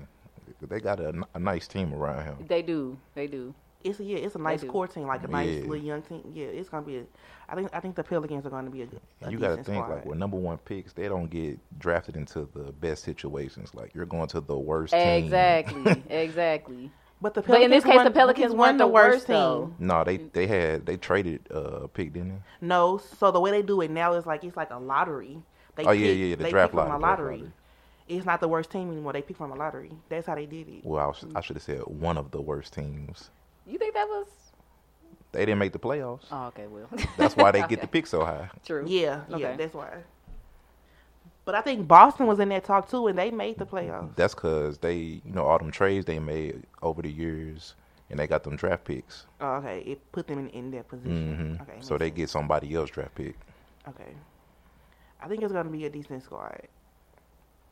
[SPEAKER 4] they got a, a nice team around him.
[SPEAKER 3] they do. They do.
[SPEAKER 2] it's a, yeah, it's a nice
[SPEAKER 3] do.
[SPEAKER 2] core team, like a nice
[SPEAKER 4] Yeah.
[SPEAKER 2] little young team. Yeah, it's gonna be. A, I think I think the Pelicans are gonna be a. a
[SPEAKER 4] And you got to
[SPEAKER 2] decent
[SPEAKER 4] think
[SPEAKER 2] squad.
[SPEAKER 4] like with number one picks, they don't get drafted into the best situations. Like you're going to the worst team.
[SPEAKER 3] Exactly. exactly.
[SPEAKER 2] but the
[SPEAKER 3] But in this case,
[SPEAKER 2] won-
[SPEAKER 3] the Pelicans weren't the worst, though.
[SPEAKER 4] No, they they had they traded uh a pick, didn't they?
[SPEAKER 2] No, so the way they do it now is like it's like a lottery. They
[SPEAKER 4] Oh, yeah,
[SPEAKER 2] pick-
[SPEAKER 4] yeah, the
[SPEAKER 2] they
[SPEAKER 4] draft
[SPEAKER 2] pick from
[SPEAKER 4] lottery,
[SPEAKER 2] a
[SPEAKER 4] draft
[SPEAKER 2] lottery.
[SPEAKER 4] lottery.
[SPEAKER 2] It's not the worst team anymore. They pick from a lottery. That's how they did it.
[SPEAKER 4] Well, I, was, I should have said one of the worst teams.
[SPEAKER 3] You think that was?
[SPEAKER 4] They didn't make the playoffs.
[SPEAKER 3] Oh, okay. Well,
[SPEAKER 4] That's why they
[SPEAKER 3] Okay.
[SPEAKER 4] get the pick so high.
[SPEAKER 3] True.
[SPEAKER 2] Yeah, yeah,
[SPEAKER 3] Okay.
[SPEAKER 2] that's why. But I think Boston was in that talk too, and they made the playoffs.
[SPEAKER 4] That's because they you know all them trades they made over the years, and they got them draft picks.
[SPEAKER 2] Oh, okay, it put them in, in that position.
[SPEAKER 4] Mhm.
[SPEAKER 2] Okay,
[SPEAKER 4] so
[SPEAKER 2] makes
[SPEAKER 4] they
[SPEAKER 2] sense.
[SPEAKER 4] get somebody else draft pick.
[SPEAKER 2] Okay. I think it's gonna be a decent squad.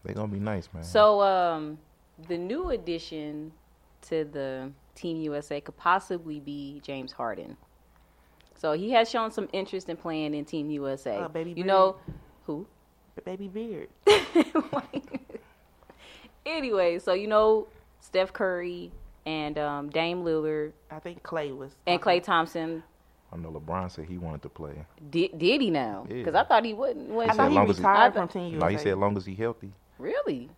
[SPEAKER 4] They're gonna be nice, man.
[SPEAKER 3] So, um, the new addition to the Team USA could possibly be James Harden. So he has shown some interest in playing in Team USA.
[SPEAKER 2] Uh, Baby
[SPEAKER 3] you
[SPEAKER 2] Bird.
[SPEAKER 3] know who?
[SPEAKER 2] But Baby Beard.
[SPEAKER 3] anyway, so you know Steph Curry and um, Dame Lillard
[SPEAKER 2] I think Clay was.
[SPEAKER 3] and Klay Thompson.
[SPEAKER 4] I know LeBron said he wanted to play.
[SPEAKER 3] Did, did he now? Because
[SPEAKER 4] Yeah.
[SPEAKER 3] I thought he wasn't. wasn't
[SPEAKER 2] I
[SPEAKER 4] said
[SPEAKER 2] thought he
[SPEAKER 4] long as he-
[SPEAKER 2] retired
[SPEAKER 3] I
[SPEAKER 2] from
[SPEAKER 3] thought-
[SPEAKER 2] ten years.
[SPEAKER 4] no, he
[SPEAKER 2] baby.
[SPEAKER 4] said as long as he healthy.
[SPEAKER 3] really?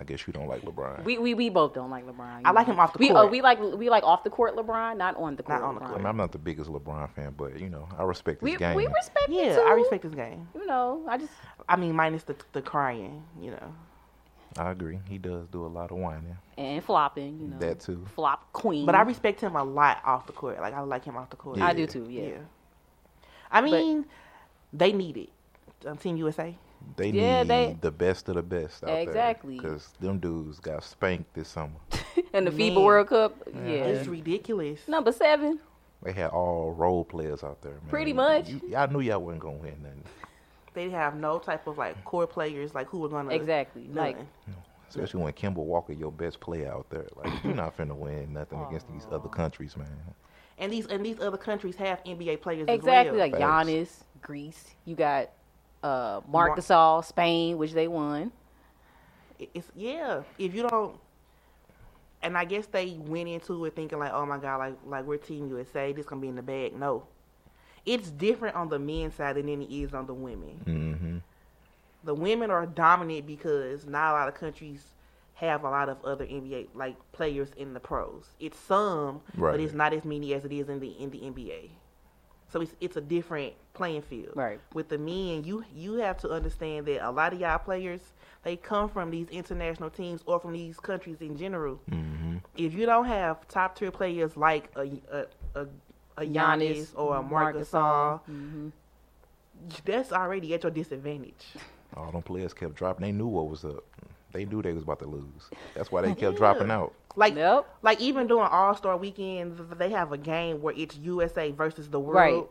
[SPEAKER 4] I guess you don't like LeBron.
[SPEAKER 3] We, we we both don't like LeBron.
[SPEAKER 2] I like him off the
[SPEAKER 3] we,
[SPEAKER 2] court.
[SPEAKER 3] Oh, we like we like off the court LeBron, not on the court.
[SPEAKER 2] Not on the
[SPEAKER 4] I
[SPEAKER 3] LeBron.
[SPEAKER 4] mean, I'm not the biggest LeBron fan, but you know, I respect his
[SPEAKER 3] We,
[SPEAKER 4] game.
[SPEAKER 3] we respect it
[SPEAKER 2] Yeah,
[SPEAKER 3] too.
[SPEAKER 2] I respect his game.
[SPEAKER 3] You know, I just
[SPEAKER 2] I mean, minus the the crying, you know.
[SPEAKER 4] I agree. He does do a lot of whining.
[SPEAKER 3] and flopping. You know,
[SPEAKER 4] That too.
[SPEAKER 3] flop queen.
[SPEAKER 2] But I respect him a lot off the court. Like I like him off the court.
[SPEAKER 3] I
[SPEAKER 4] Yeah.
[SPEAKER 3] do too. Yeah.
[SPEAKER 2] Yeah. I mean, they need it. Um, Team USA.
[SPEAKER 4] They
[SPEAKER 3] Yeah,
[SPEAKER 4] need
[SPEAKER 3] they-
[SPEAKER 4] the best of the best out
[SPEAKER 3] Exactly.
[SPEAKER 4] Because them dudes got spanked this summer.
[SPEAKER 3] And the FIBA
[SPEAKER 2] Man.
[SPEAKER 3] World Cup. Yeah.
[SPEAKER 2] It's ridiculous.
[SPEAKER 3] Number seven.
[SPEAKER 4] They had all role players out there. Man.
[SPEAKER 3] Pretty much.
[SPEAKER 4] You, y'all knew y'all wasn't gonna win nothing,
[SPEAKER 2] They have no type of like core players like who are gonna
[SPEAKER 3] Exactly. Like
[SPEAKER 2] None.
[SPEAKER 4] especially when Kimball Walker, your best player out there. Like you're not finna win nothing against these other countries, man.
[SPEAKER 2] and these and these other countries have NBA players
[SPEAKER 3] exactly
[SPEAKER 2] as well.
[SPEAKER 3] like
[SPEAKER 4] Facts.
[SPEAKER 3] Giannis, Greece. You got uh, Marc Gasol, Spain, which they won.
[SPEAKER 2] It- it's yeah. If you don't, and I guess they went into it thinking like, oh my god, like like we're Team USA, this gonna be in the bag. No, it's different on the men's side than it is on the women.
[SPEAKER 4] Mm-hmm.
[SPEAKER 2] The women are dominant because not a lot of countries have a lot of other NBA like players in the pros. It's some,
[SPEAKER 4] Right.
[SPEAKER 2] but it's not as many as it is in the in the NBA. So it's it's a different playing field.
[SPEAKER 3] Right.
[SPEAKER 2] With the men, you you have to understand that a lot of y'all players they come from these international teams or from these countries in general.
[SPEAKER 4] Mm-hmm.
[SPEAKER 2] If you don't have top tier players like a a a, a Giannis,
[SPEAKER 3] Giannis,
[SPEAKER 2] or a Marc
[SPEAKER 3] Marc
[SPEAKER 2] Gasol, Mm-hmm.
[SPEAKER 3] Mhm.
[SPEAKER 2] that's already at your disadvantage.
[SPEAKER 4] All them players kept dropping. They knew what was up. They knew they was about to lose. That's why they kept dropping out.
[SPEAKER 2] Like
[SPEAKER 3] Yep.
[SPEAKER 2] like even during All Star Weekend, they have a game where it's USA versus the world.
[SPEAKER 3] Right.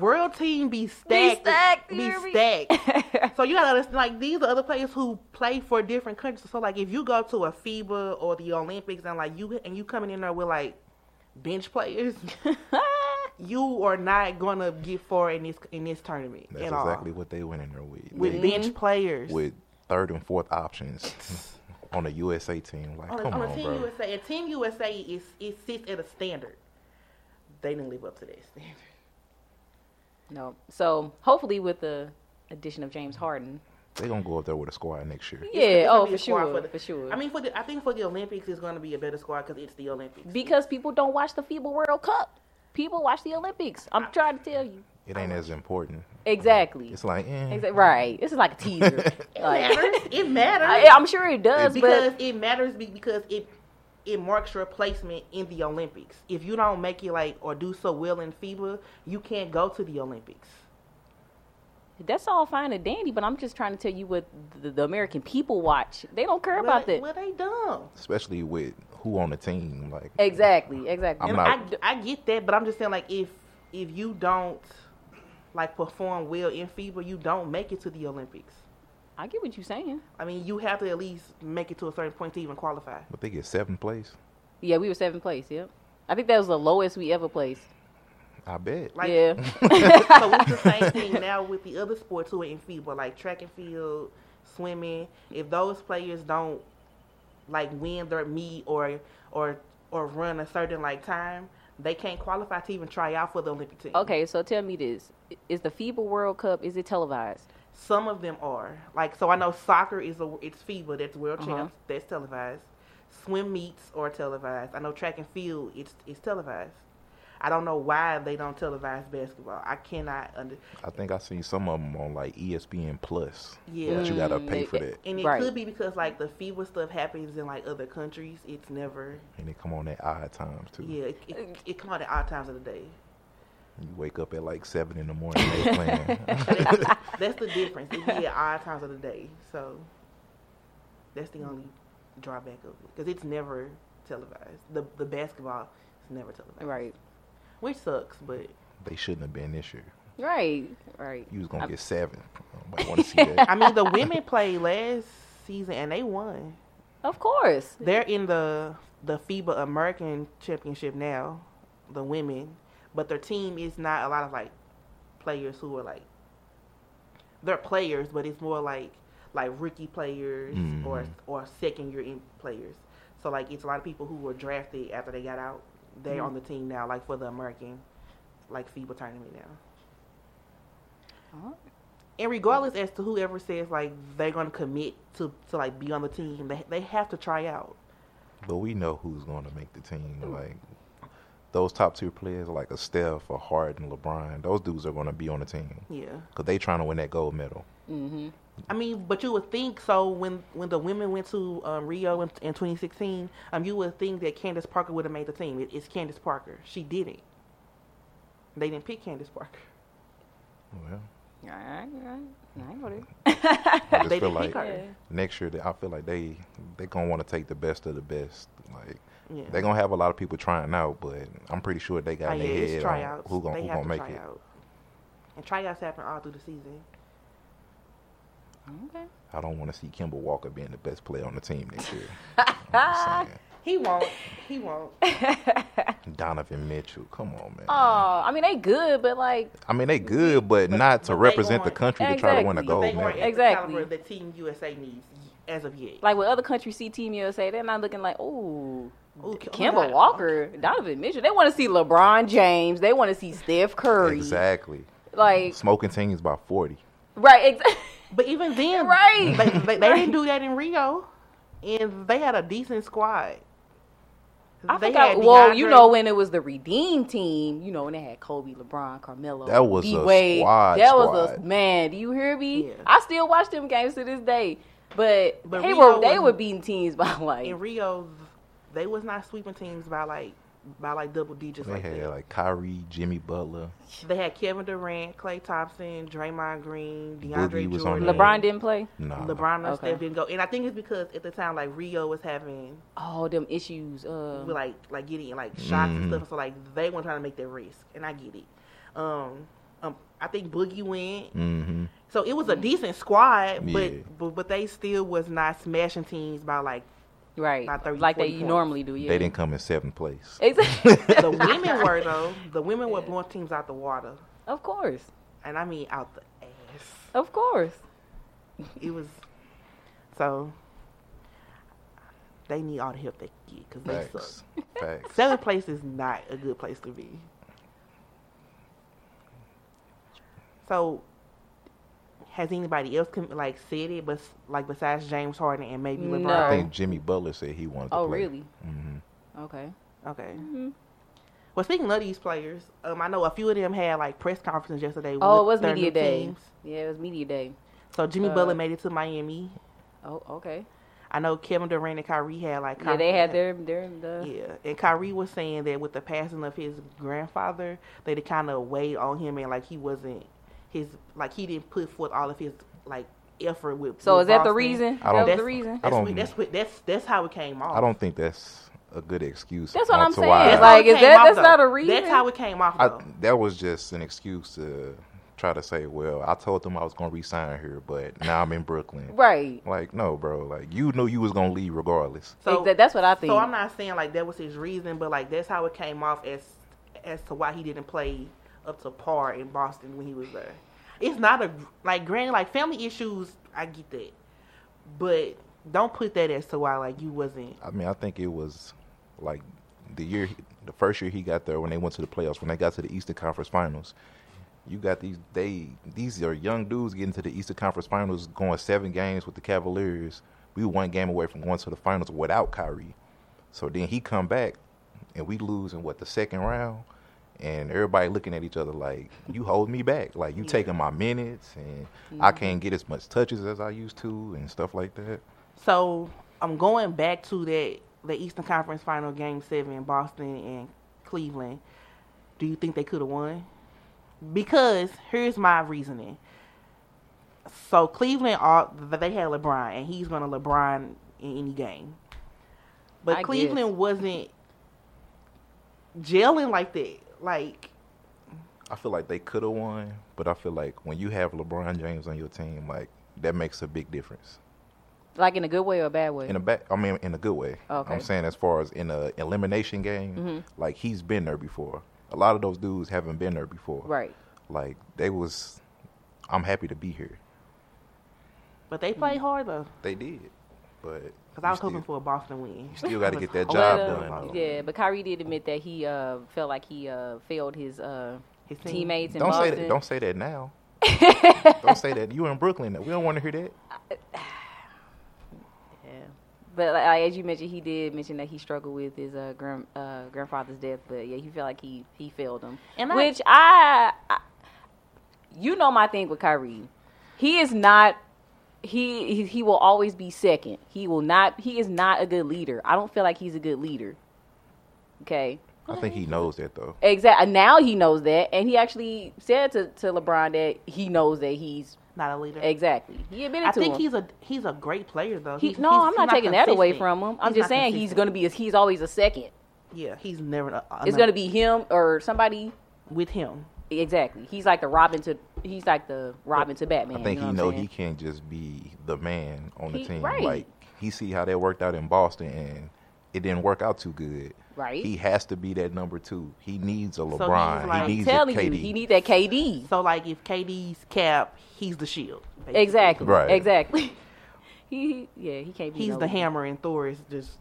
[SPEAKER 2] World team be stacked.
[SPEAKER 3] stacked,
[SPEAKER 2] Be
[SPEAKER 3] you hear me?
[SPEAKER 2] stacked. so you gotta understand, like these are other players who play for different countries. So like if you go to a FIBA or the Olympics and like you and you coming in there with like bench players, you are not gonna get far in this in this tournament
[SPEAKER 4] That's
[SPEAKER 2] at
[SPEAKER 4] exactly
[SPEAKER 2] all.
[SPEAKER 4] what they went in there with.
[SPEAKER 2] With
[SPEAKER 4] They-
[SPEAKER 2] bench players.
[SPEAKER 4] with third and fourth options on the USA team. Like,
[SPEAKER 2] on, a-
[SPEAKER 4] come
[SPEAKER 2] on
[SPEAKER 4] on,
[SPEAKER 2] a Team
[SPEAKER 4] bro.
[SPEAKER 2] USA, and Team USA is it sits at a standard. They didn't live up to that standard.
[SPEAKER 3] No. So hopefully with the addition of James Harden.
[SPEAKER 4] They gonna go up there with a squad next year.
[SPEAKER 3] Yeah.
[SPEAKER 2] It's gonna
[SPEAKER 3] oh,
[SPEAKER 2] be a
[SPEAKER 3] for
[SPEAKER 2] squad
[SPEAKER 3] sure. For,
[SPEAKER 2] the-
[SPEAKER 3] sure.
[SPEAKER 2] I mean, for the I think for the Olympics, it's going to be a better squad because it's the Olympics.
[SPEAKER 3] because people don't watch the FIBA World Cup. People watch the Olympics. I'm trying to tell you.
[SPEAKER 4] It ain't as important.
[SPEAKER 3] Exactly.
[SPEAKER 4] It's like, eh,
[SPEAKER 3] Exa- right. This is like a teaser.
[SPEAKER 2] it
[SPEAKER 3] like,
[SPEAKER 2] matters. It matters
[SPEAKER 3] I, I'm sure it does,
[SPEAKER 2] because it matters be- because it it marks your placement in the Olympics. If you don't make it like or do so well in FIBA, you can't go to the Olympics.
[SPEAKER 3] but that's all fine and dandy. But I'm just trying to tell you what the, the American people watch. They don't care
[SPEAKER 2] well,
[SPEAKER 3] about
[SPEAKER 2] they-
[SPEAKER 3] that.
[SPEAKER 2] Well, they dumb.
[SPEAKER 4] especially with who on the team. Like,
[SPEAKER 3] Exactly. Exactly.
[SPEAKER 4] I'm
[SPEAKER 2] And
[SPEAKER 4] not-
[SPEAKER 2] I, I get that, but I'm just saying like if if you don't like perform well in FIBA, you don't make it to the Olympics.
[SPEAKER 3] I get what you're saying.
[SPEAKER 2] I mean, you have to at least make it to a certain point to even qualify.
[SPEAKER 4] but they get seventh place.
[SPEAKER 3] Yeah, we were seventh place. Yep. I think that was the lowest we ever placed.
[SPEAKER 4] I bet.
[SPEAKER 2] Like,
[SPEAKER 3] yeah.
[SPEAKER 2] so it's the same thing now with the other sports who are in FIBA, like track and field, swimming. If those players don't like win their meet or or or run a certain like time, they can't qualify to even try out for the Olympic team.
[SPEAKER 3] okay. So tell me this: Is the FIBA World Cup is it televised?
[SPEAKER 2] Some of them are like so. I know soccer is a it's FIBA that's world
[SPEAKER 3] Uh-huh.
[SPEAKER 2] champs that's televised. Swim meets are televised. I know track and field it's it's televised. I don't know why they don't televise basketball. I cannot under
[SPEAKER 4] I think I seen some of them on like E ESPN Plus.
[SPEAKER 2] yeah.
[SPEAKER 4] But you gotta
[SPEAKER 3] Mm,
[SPEAKER 4] pay
[SPEAKER 3] it-
[SPEAKER 4] for that,
[SPEAKER 2] And it
[SPEAKER 3] Right.
[SPEAKER 2] could be because like the FIBA stuff happens in like other countries. It's never
[SPEAKER 4] and they come on at odd times too.
[SPEAKER 2] yeah. It, it, it come out at all times of the day.
[SPEAKER 4] You wake up at like seven in the morning. They playing.
[SPEAKER 2] That's the difference. It be at odd times of the day. So that's the only drawback of it because it's never televised. The the basketball is never televised,
[SPEAKER 3] Right.
[SPEAKER 2] Which sucks, but
[SPEAKER 4] they shouldn't have been this year.
[SPEAKER 3] Right. Right.
[SPEAKER 4] You was
[SPEAKER 3] I-
[SPEAKER 4] gonna get seven. I want to see that.
[SPEAKER 2] I mean the women played last season and they won.
[SPEAKER 3] Of course.
[SPEAKER 2] They're in the the FIBA American Championship now, the women, but their team is not a lot of like players who are like they're players, but it's more like like rookie players or or second year in players. So like it's a lot of people who were drafted after they got out. They're on the team now, like for the American, like FIBA tournament now. And regardless as to whoever says like they're gonna commit to to like be on the team, they they have to try out.
[SPEAKER 4] But we know who's going to make the team. Like those top tier players, like a Steph, a Harden, LeBron, those dudes are going to be on the team
[SPEAKER 2] Yeah.
[SPEAKER 4] because they trying to win that gold medal.
[SPEAKER 3] Mm-hmm.
[SPEAKER 2] I mean, but you would think so when when the women went to um, Rio in, in 2016, um, you would think that Candace Parker would have made the team. It, it's Candace Parker. She didn't. They didn't pick Candace Parker.
[SPEAKER 4] Well,
[SPEAKER 3] All right, all right. I ain't gonna do it.
[SPEAKER 4] I just
[SPEAKER 2] They
[SPEAKER 4] feel
[SPEAKER 2] didn't pick
[SPEAKER 4] like
[SPEAKER 2] her.
[SPEAKER 4] next year, they- I feel like they they gonna want to take the best of the best. Like
[SPEAKER 2] Yeah.
[SPEAKER 4] they gonna have a lot of people trying out, but I'm pretty sure they got
[SPEAKER 2] Oh,
[SPEAKER 4] in
[SPEAKER 2] yeah,
[SPEAKER 4] their
[SPEAKER 2] it's
[SPEAKER 4] head on
[SPEAKER 2] tryouts.
[SPEAKER 4] who gonna
[SPEAKER 2] they
[SPEAKER 4] who
[SPEAKER 2] have
[SPEAKER 4] gonna
[SPEAKER 2] to
[SPEAKER 4] make
[SPEAKER 2] try
[SPEAKER 4] it.
[SPEAKER 2] out. And tryouts happen all through the season.
[SPEAKER 3] Okay.
[SPEAKER 4] I don't want to see Kimball Walker being the best player on the team next year. I'm just
[SPEAKER 2] He won't. He won't.
[SPEAKER 4] saying. Donovan Mitchell, come on, man.
[SPEAKER 3] Oh, I mean they good, but like
[SPEAKER 4] I mean, they good, but, not
[SPEAKER 2] but
[SPEAKER 4] to
[SPEAKER 2] they
[SPEAKER 4] represent the
[SPEAKER 2] weren't-
[SPEAKER 4] country to try to win a
[SPEAKER 3] Exactly.
[SPEAKER 4] gold
[SPEAKER 2] they
[SPEAKER 4] medal.
[SPEAKER 2] weren't at
[SPEAKER 3] Exactly.
[SPEAKER 2] the caliber that Team USA needs as of yet.
[SPEAKER 3] like with other countries see Team USA, they're not looking like ooh.
[SPEAKER 2] Ooh, Ke- oh my
[SPEAKER 3] Kemba
[SPEAKER 2] God.
[SPEAKER 3] Walker, Donovan Mitchell, they want to see LeBron James. They want to see Steph Curry.
[SPEAKER 4] Exactly.
[SPEAKER 3] Like,
[SPEAKER 4] Smoking teams by 40.
[SPEAKER 3] right, exactly.
[SPEAKER 2] But even then,
[SPEAKER 3] Right.
[SPEAKER 2] They, they, they didn't do that in Rio, and they had a decent squad.
[SPEAKER 3] I
[SPEAKER 2] They
[SPEAKER 3] think I,
[SPEAKER 2] had
[SPEAKER 3] well, you
[SPEAKER 2] DeAndre-
[SPEAKER 3] know when it was the redeem team, you know when they had Kobe, LeBron, Carmelo,
[SPEAKER 4] That was a
[SPEAKER 3] D-Wade,
[SPEAKER 4] squad,
[SPEAKER 3] That was
[SPEAKER 4] squad.
[SPEAKER 3] a man. Do you hear me?
[SPEAKER 2] Yeah.
[SPEAKER 3] I still watch them games to this day, but,
[SPEAKER 2] But
[SPEAKER 3] they
[SPEAKER 2] Rio
[SPEAKER 3] were they
[SPEAKER 2] was-
[SPEAKER 3] were beating teams by like
[SPEAKER 2] in Rio, they was not sweeping teams by like by like double digits.
[SPEAKER 4] They
[SPEAKER 2] Like
[SPEAKER 4] had
[SPEAKER 2] that.
[SPEAKER 4] like Kyrie, Jimmy Butler.
[SPEAKER 2] they had Kevin Durant, Klay Thompson, Draymond Green,
[SPEAKER 4] Boogie
[SPEAKER 2] DeAndre
[SPEAKER 4] was on
[SPEAKER 2] Jordan.
[SPEAKER 4] there.
[SPEAKER 3] LeBron didn't play.
[SPEAKER 4] Nah.
[SPEAKER 2] LeBron and
[SPEAKER 3] Okay.
[SPEAKER 2] Steph didn't go, and I think it's because at the time like Rio was having
[SPEAKER 3] All them issues.
[SPEAKER 2] with,
[SPEAKER 3] Uh,
[SPEAKER 2] like like getting like shots
[SPEAKER 4] Mm-hmm.
[SPEAKER 2] and stuff. So like they weren't trying to make their risk, and I get it. Um, um I think Boogie went,
[SPEAKER 4] Mm-hmm.
[SPEAKER 2] so it was a decent squad,
[SPEAKER 4] Yeah.
[SPEAKER 2] but, but but they still was not smashing teams by like
[SPEAKER 3] right,
[SPEAKER 2] by 30,
[SPEAKER 3] like
[SPEAKER 2] 40
[SPEAKER 3] they
[SPEAKER 2] points.
[SPEAKER 3] normally do. Yeah,
[SPEAKER 4] They didn't come in seventh place.
[SPEAKER 3] Exactly.
[SPEAKER 2] the women were though. The women were blowing teams out the water,
[SPEAKER 3] of course,
[SPEAKER 2] and I mean out the ass.
[SPEAKER 3] of course.
[SPEAKER 2] It was so they need all the help they can get because they
[SPEAKER 4] Facts.
[SPEAKER 2] suck.
[SPEAKER 4] Facts.
[SPEAKER 2] Seventh place is not a good place to be. So, has anybody else com- like said it? But like besides James Harden and maybe
[SPEAKER 3] No.
[SPEAKER 2] LeBron.
[SPEAKER 4] I think Jimmy Butler said he wanted to
[SPEAKER 3] Oh,
[SPEAKER 4] play.
[SPEAKER 3] really?
[SPEAKER 4] hmm
[SPEAKER 3] Okay.
[SPEAKER 2] Okay.
[SPEAKER 3] Mm-hmm.
[SPEAKER 2] Well, speaking of these players, um, I know a few of them had like press conferences yesterday.
[SPEAKER 3] Oh, it
[SPEAKER 2] with
[SPEAKER 3] was
[SPEAKER 2] their
[SPEAKER 3] media
[SPEAKER 2] new
[SPEAKER 3] day.
[SPEAKER 2] teams.
[SPEAKER 3] Yeah, it was media day.
[SPEAKER 2] So Jimmy
[SPEAKER 3] Uh,
[SPEAKER 2] Butler made it to Miami.
[SPEAKER 3] Oh, okay.
[SPEAKER 2] I know Kevin Durant and Kyrie had like
[SPEAKER 3] Yeah, they had
[SPEAKER 2] conferences.
[SPEAKER 3] their their uh, the.
[SPEAKER 2] Yeah, and Kyrie was saying that with the passing of his grandfather, that it kind of weighed on him and like he wasn't his like he didn't put forth all of his like effort with.
[SPEAKER 3] So
[SPEAKER 2] with
[SPEAKER 3] is that the
[SPEAKER 2] Boston.
[SPEAKER 3] reason?
[SPEAKER 4] I don't-
[SPEAKER 3] that was
[SPEAKER 2] That's
[SPEAKER 3] the reason.
[SPEAKER 4] I
[SPEAKER 2] That's
[SPEAKER 4] don't-
[SPEAKER 2] what- that's what- that's that's how it came off.
[SPEAKER 4] I don't think that's a good excuse.
[SPEAKER 3] That's what I'm
[SPEAKER 4] onto
[SPEAKER 3] saying.
[SPEAKER 4] why-
[SPEAKER 2] That's
[SPEAKER 3] Like-
[SPEAKER 2] how it
[SPEAKER 3] is
[SPEAKER 2] came
[SPEAKER 3] that-
[SPEAKER 2] off,
[SPEAKER 3] that's
[SPEAKER 2] though.
[SPEAKER 3] not a reason?
[SPEAKER 2] That's how it came off.
[SPEAKER 4] I,
[SPEAKER 2] though.
[SPEAKER 4] that was just an excuse to try to say, well, I told them I was going to resign here, but now I'm in Brooklyn.
[SPEAKER 3] Right.
[SPEAKER 4] Like, no, bro. Like, you knew you was going to leave regardless.
[SPEAKER 2] So
[SPEAKER 3] Exa- that's what I think.
[SPEAKER 2] So I'm not saying like that was his reason, but like that's how it came off as as to why he didn't play up to par in Boston when he was there. It's not a like granted like family issues. I get that, but don't put that as to why like you wasn't.
[SPEAKER 4] I mean, I think it was like the year, the first year he got there when they went to the playoffs, when they got to the Eastern Conference Finals. You got these they these are young dudes getting to the Eastern Conference Finals, going seven games with the Cavaliers. We were one game away from going to the finals without Kyrie. So then he come back, and we lose in what the second round, and everybody looking at each other like, "You hold me back, like you taking my minutes, and I can't get as much touches as I used to, and stuff like that."
[SPEAKER 2] So I'm going back to that the Eastern Conference Final Game Seven, Boston and Cleveland. Do you think they could have won? Because here's my reasoning. So Cleveland, all they had LeBron, and he's gonna LeBron in any game. But
[SPEAKER 3] I
[SPEAKER 2] Cleveland wasn't gelling like that. Like
[SPEAKER 4] I feel like they could have won, but I feel like when you have LeBron James on your team, like that makes a big difference.
[SPEAKER 3] like in a good way or a bad way.
[SPEAKER 4] In a back, I mean, in a good way.
[SPEAKER 3] Okay.
[SPEAKER 4] I'm saying as far as in a elimination game, like he's been there before. A lot of those dudes haven't been there before.
[SPEAKER 3] right.
[SPEAKER 4] Like they was, I'm happy to be here.
[SPEAKER 3] Mm.
[SPEAKER 2] but they played hard though.
[SPEAKER 4] They did, but
[SPEAKER 2] Because I was
[SPEAKER 4] still-
[SPEAKER 2] hoping for a Boston win.
[SPEAKER 4] You still got to get that job
[SPEAKER 3] But,
[SPEAKER 4] done.
[SPEAKER 3] uh,
[SPEAKER 4] though.
[SPEAKER 3] yeah, but Kyrie did admit that he uh, felt like he uh, failed his, uh,
[SPEAKER 2] His team.
[SPEAKER 3] teammates in
[SPEAKER 4] Don't say
[SPEAKER 3] Boston.
[SPEAKER 4] that. Don't say that now. don't say that. You in Brooklyn now. We don't want to hear that.
[SPEAKER 3] Yeah. But like, like, as you mentioned, he did mention that he struggled with his uh, grand, uh, grandfather's death. But yeah, he felt like he he failed him,
[SPEAKER 2] And I-
[SPEAKER 3] which I, I, you know, my thing with Kyrie, he is not. He, he he will always be second. He will not. He is not a good leader. I don't feel like he's a good leader. Okay.
[SPEAKER 4] I think he knows that though.
[SPEAKER 3] Exactly. Now he knows that, and he actually said to, to LeBron that he knows that he's
[SPEAKER 2] Not a leader.
[SPEAKER 3] exactly. He admitted
[SPEAKER 2] I
[SPEAKER 3] to
[SPEAKER 2] think
[SPEAKER 3] him.
[SPEAKER 2] he's a he's a great player though.
[SPEAKER 3] He,
[SPEAKER 2] He's-
[SPEAKER 3] no,
[SPEAKER 2] he's-
[SPEAKER 3] I'm
[SPEAKER 2] he's
[SPEAKER 3] not taking that away
[SPEAKER 2] consistent.
[SPEAKER 3] from him. I'm
[SPEAKER 2] He's
[SPEAKER 3] just
[SPEAKER 2] not
[SPEAKER 3] saying he's
[SPEAKER 2] consistent.
[SPEAKER 3] going to be. A, he's always a second.
[SPEAKER 2] Yeah, he's never. A, a-
[SPEAKER 3] It's going to be him or somebody.
[SPEAKER 2] with him.
[SPEAKER 3] Exactly. He's like the Robin to. He's like the Robin to Batman.
[SPEAKER 4] I think
[SPEAKER 3] you
[SPEAKER 4] he
[SPEAKER 3] know
[SPEAKER 4] know
[SPEAKER 3] what I'm
[SPEAKER 4] he
[SPEAKER 3] saying?
[SPEAKER 4] can't just be the man on the
[SPEAKER 3] He-
[SPEAKER 4] team.
[SPEAKER 3] right.
[SPEAKER 4] Like he see how that worked out in Boston and it didn't work out too good.
[SPEAKER 3] Right.
[SPEAKER 4] He has to be that number two. He needs a
[SPEAKER 2] he's
[SPEAKER 4] LeBron.
[SPEAKER 2] like-
[SPEAKER 4] he
[SPEAKER 3] I'm
[SPEAKER 4] needs a
[SPEAKER 3] telling you,
[SPEAKER 4] KD.
[SPEAKER 3] he need that KD.
[SPEAKER 2] So like, if KD's cap, he's the shield. basically.
[SPEAKER 3] Exactly.
[SPEAKER 4] Right.
[SPEAKER 3] Exactly. he yeah he can't be.
[SPEAKER 2] He's
[SPEAKER 3] no
[SPEAKER 2] the
[SPEAKER 3] leader.
[SPEAKER 2] hammer, and Thor is just.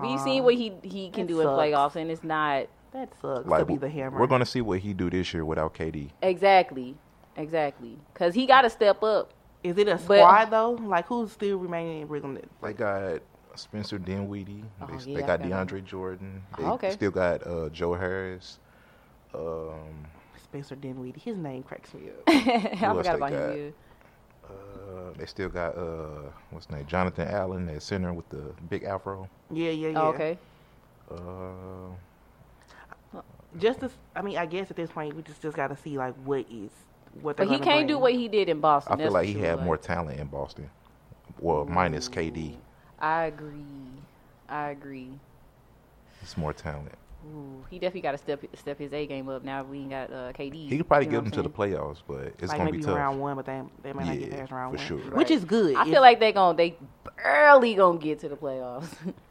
[SPEAKER 3] We
[SPEAKER 2] Aw,
[SPEAKER 3] seen what he he can
[SPEAKER 2] That
[SPEAKER 3] do in
[SPEAKER 2] sucks.
[SPEAKER 3] playoffs, and it's not
[SPEAKER 2] That sucks
[SPEAKER 4] Like,
[SPEAKER 2] to be the hammer.
[SPEAKER 4] We're gonna see what he do this year without KD.
[SPEAKER 3] exactly exactly because he got to step up.
[SPEAKER 2] Is it a
[SPEAKER 3] but-
[SPEAKER 2] squad though? Like who's still remaining in Brooklyn?
[SPEAKER 4] They got Spencer Dinwiddie.
[SPEAKER 3] Oh,
[SPEAKER 4] they,
[SPEAKER 3] yeah,
[SPEAKER 4] they
[SPEAKER 3] I
[SPEAKER 4] got
[SPEAKER 3] forgot about
[SPEAKER 4] DeAndre Jordan. They
[SPEAKER 3] Oh, okay.
[SPEAKER 4] still got uh, Joe Harris. Um,
[SPEAKER 2] Spencer Dinwiddie. His name cracks me up.
[SPEAKER 3] I
[SPEAKER 4] else
[SPEAKER 3] forgot
[SPEAKER 4] they
[SPEAKER 3] about
[SPEAKER 4] got?
[SPEAKER 3] him. yeah. Oh,
[SPEAKER 4] uh, they still got uh, what's his name? Jonathan Allen, that center with the big afro.
[SPEAKER 2] yeah, yeah, yeah.
[SPEAKER 3] Oh, okay.
[SPEAKER 4] Uh,
[SPEAKER 2] Just as I mean, I guess at this point we just just gotta see like what is what.
[SPEAKER 3] But
[SPEAKER 2] they're
[SPEAKER 3] he
[SPEAKER 2] gonna
[SPEAKER 3] can't do
[SPEAKER 2] bring.
[SPEAKER 3] what he did in Boston.
[SPEAKER 4] I feel
[SPEAKER 3] that's
[SPEAKER 4] like
[SPEAKER 3] for
[SPEAKER 4] he
[SPEAKER 3] sure.
[SPEAKER 4] had
[SPEAKER 3] Like, Mm.
[SPEAKER 4] more talent in Boston. Well, minus KD,
[SPEAKER 3] I agree. I agree.
[SPEAKER 4] it's more talent.
[SPEAKER 3] Ooh, he definitely got to step step his A game up. Now we ain't got uh, KD.
[SPEAKER 4] He could probably
[SPEAKER 3] You know
[SPEAKER 4] get them
[SPEAKER 3] what
[SPEAKER 4] to
[SPEAKER 3] I'm
[SPEAKER 4] the playoffs, but it's
[SPEAKER 2] like
[SPEAKER 4] gonna
[SPEAKER 2] maybe
[SPEAKER 4] be tough.
[SPEAKER 2] round one, but they they might not get
[SPEAKER 4] Yeah,
[SPEAKER 2] past round
[SPEAKER 4] for
[SPEAKER 2] one,
[SPEAKER 4] sure.
[SPEAKER 2] which
[SPEAKER 3] Right.
[SPEAKER 2] is good.
[SPEAKER 3] saying? I feel like they going they barely gonna get to the playoffs.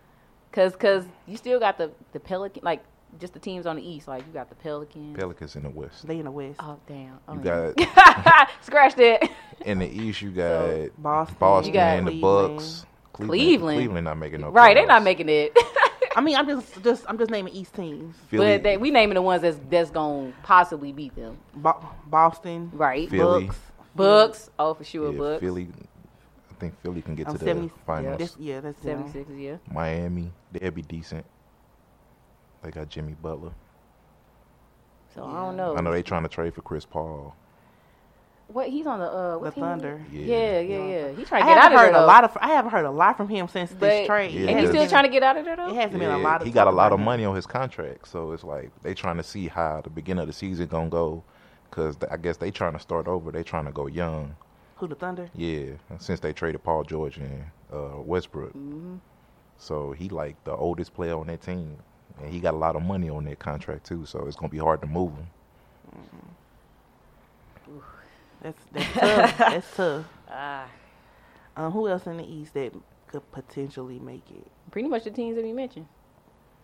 [SPEAKER 3] cause cause you still got the the Pelican like just the teams on the East like you got the Pelicans.
[SPEAKER 4] Pelicans in the West.
[SPEAKER 2] they in the West.
[SPEAKER 3] oh damn! Oh,
[SPEAKER 4] You
[SPEAKER 3] yeah.
[SPEAKER 4] got
[SPEAKER 3] scratch that.
[SPEAKER 4] in the East. You got
[SPEAKER 2] Boston,
[SPEAKER 4] Boston,
[SPEAKER 3] You got
[SPEAKER 4] and the Bucks.
[SPEAKER 3] Cleveland.
[SPEAKER 4] Cleveland not making no.
[SPEAKER 3] right, they're not
[SPEAKER 4] playoffs.
[SPEAKER 3] making it.
[SPEAKER 2] I mean, I'm just just I'm just naming East teams.
[SPEAKER 4] Philly,
[SPEAKER 3] but they, we naming the ones that's that's gonna possibly beat them.
[SPEAKER 2] Bo- Boston,
[SPEAKER 3] Right,
[SPEAKER 4] Phil- Philly.
[SPEAKER 2] Bucks.
[SPEAKER 3] Bucks. Oh, for sure,
[SPEAKER 4] yeah,
[SPEAKER 3] Bucks.
[SPEAKER 4] Philly. I think Philly can get
[SPEAKER 2] I'm
[SPEAKER 4] to the
[SPEAKER 2] 70
[SPEAKER 4] finals.
[SPEAKER 2] This, yeah, that's them.
[SPEAKER 3] 76, yeah.
[SPEAKER 4] Miami, they'd be decent. They got Jimmy Butler.
[SPEAKER 3] So I don't know.
[SPEAKER 4] I know they trying to trade for Chris Paul.
[SPEAKER 3] What he's on the uh what
[SPEAKER 2] The
[SPEAKER 3] team?
[SPEAKER 2] Thunder.
[SPEAKER 3] Yeah, yeah, yeah. He
[SPEAKER 2] I
[SPEAKER 3] trying to get out
[SPEAKER 2] haven't
[SPEAKER 3] of
[SPEAKER 2] heard
[SPEAKER 3] there.
[SPEAKER 2] a lot of. I haven't heard a lot from him since
[SPEAKER 3] But-
[SPEAKER 2] this trade.
[SPEAKER 4] Yeah,
[SPEAKER 3] and he's still
[SPEAKER 4] that's-
[SPEAKER 3] trying to get out of there though.
[SPEAKER 2] It hasn't been a
[SPEAKER 4] Yeah,
[SPEAKER 2] lot. Of
[SPEAKER 4] he got a
[SPEAKER 2] talk
[SPEAKER 4] lot
[SPEAKER 2] about
[SPEAKER 4] of
[SPEAKER 2] him.
[SPEAKER 4] money on his contract, so it's like they trying to see how the beginning of the season gonna go, because I guess they trying to start over. They trying to go young,
[SPEAKER 2] Who the Thunder?
[SPEAKER 4] yeah. Since they traded Paul George and uh, Westbrook,
[SPEAKER 2] Mm-hmm.
[SPEAKER 4] so he like the oldest player on that team, and he got a lot of money on that contract too. So it's gonna be hard to move him.
[SPEAKER 2] That's that's tough. that's tough.
[SPEAKER 3] Ah,
[SPEAKER 2] Um, who else in the East that could potentially make it?
[SPEAKER 3] pretty much the teams that he mentioned.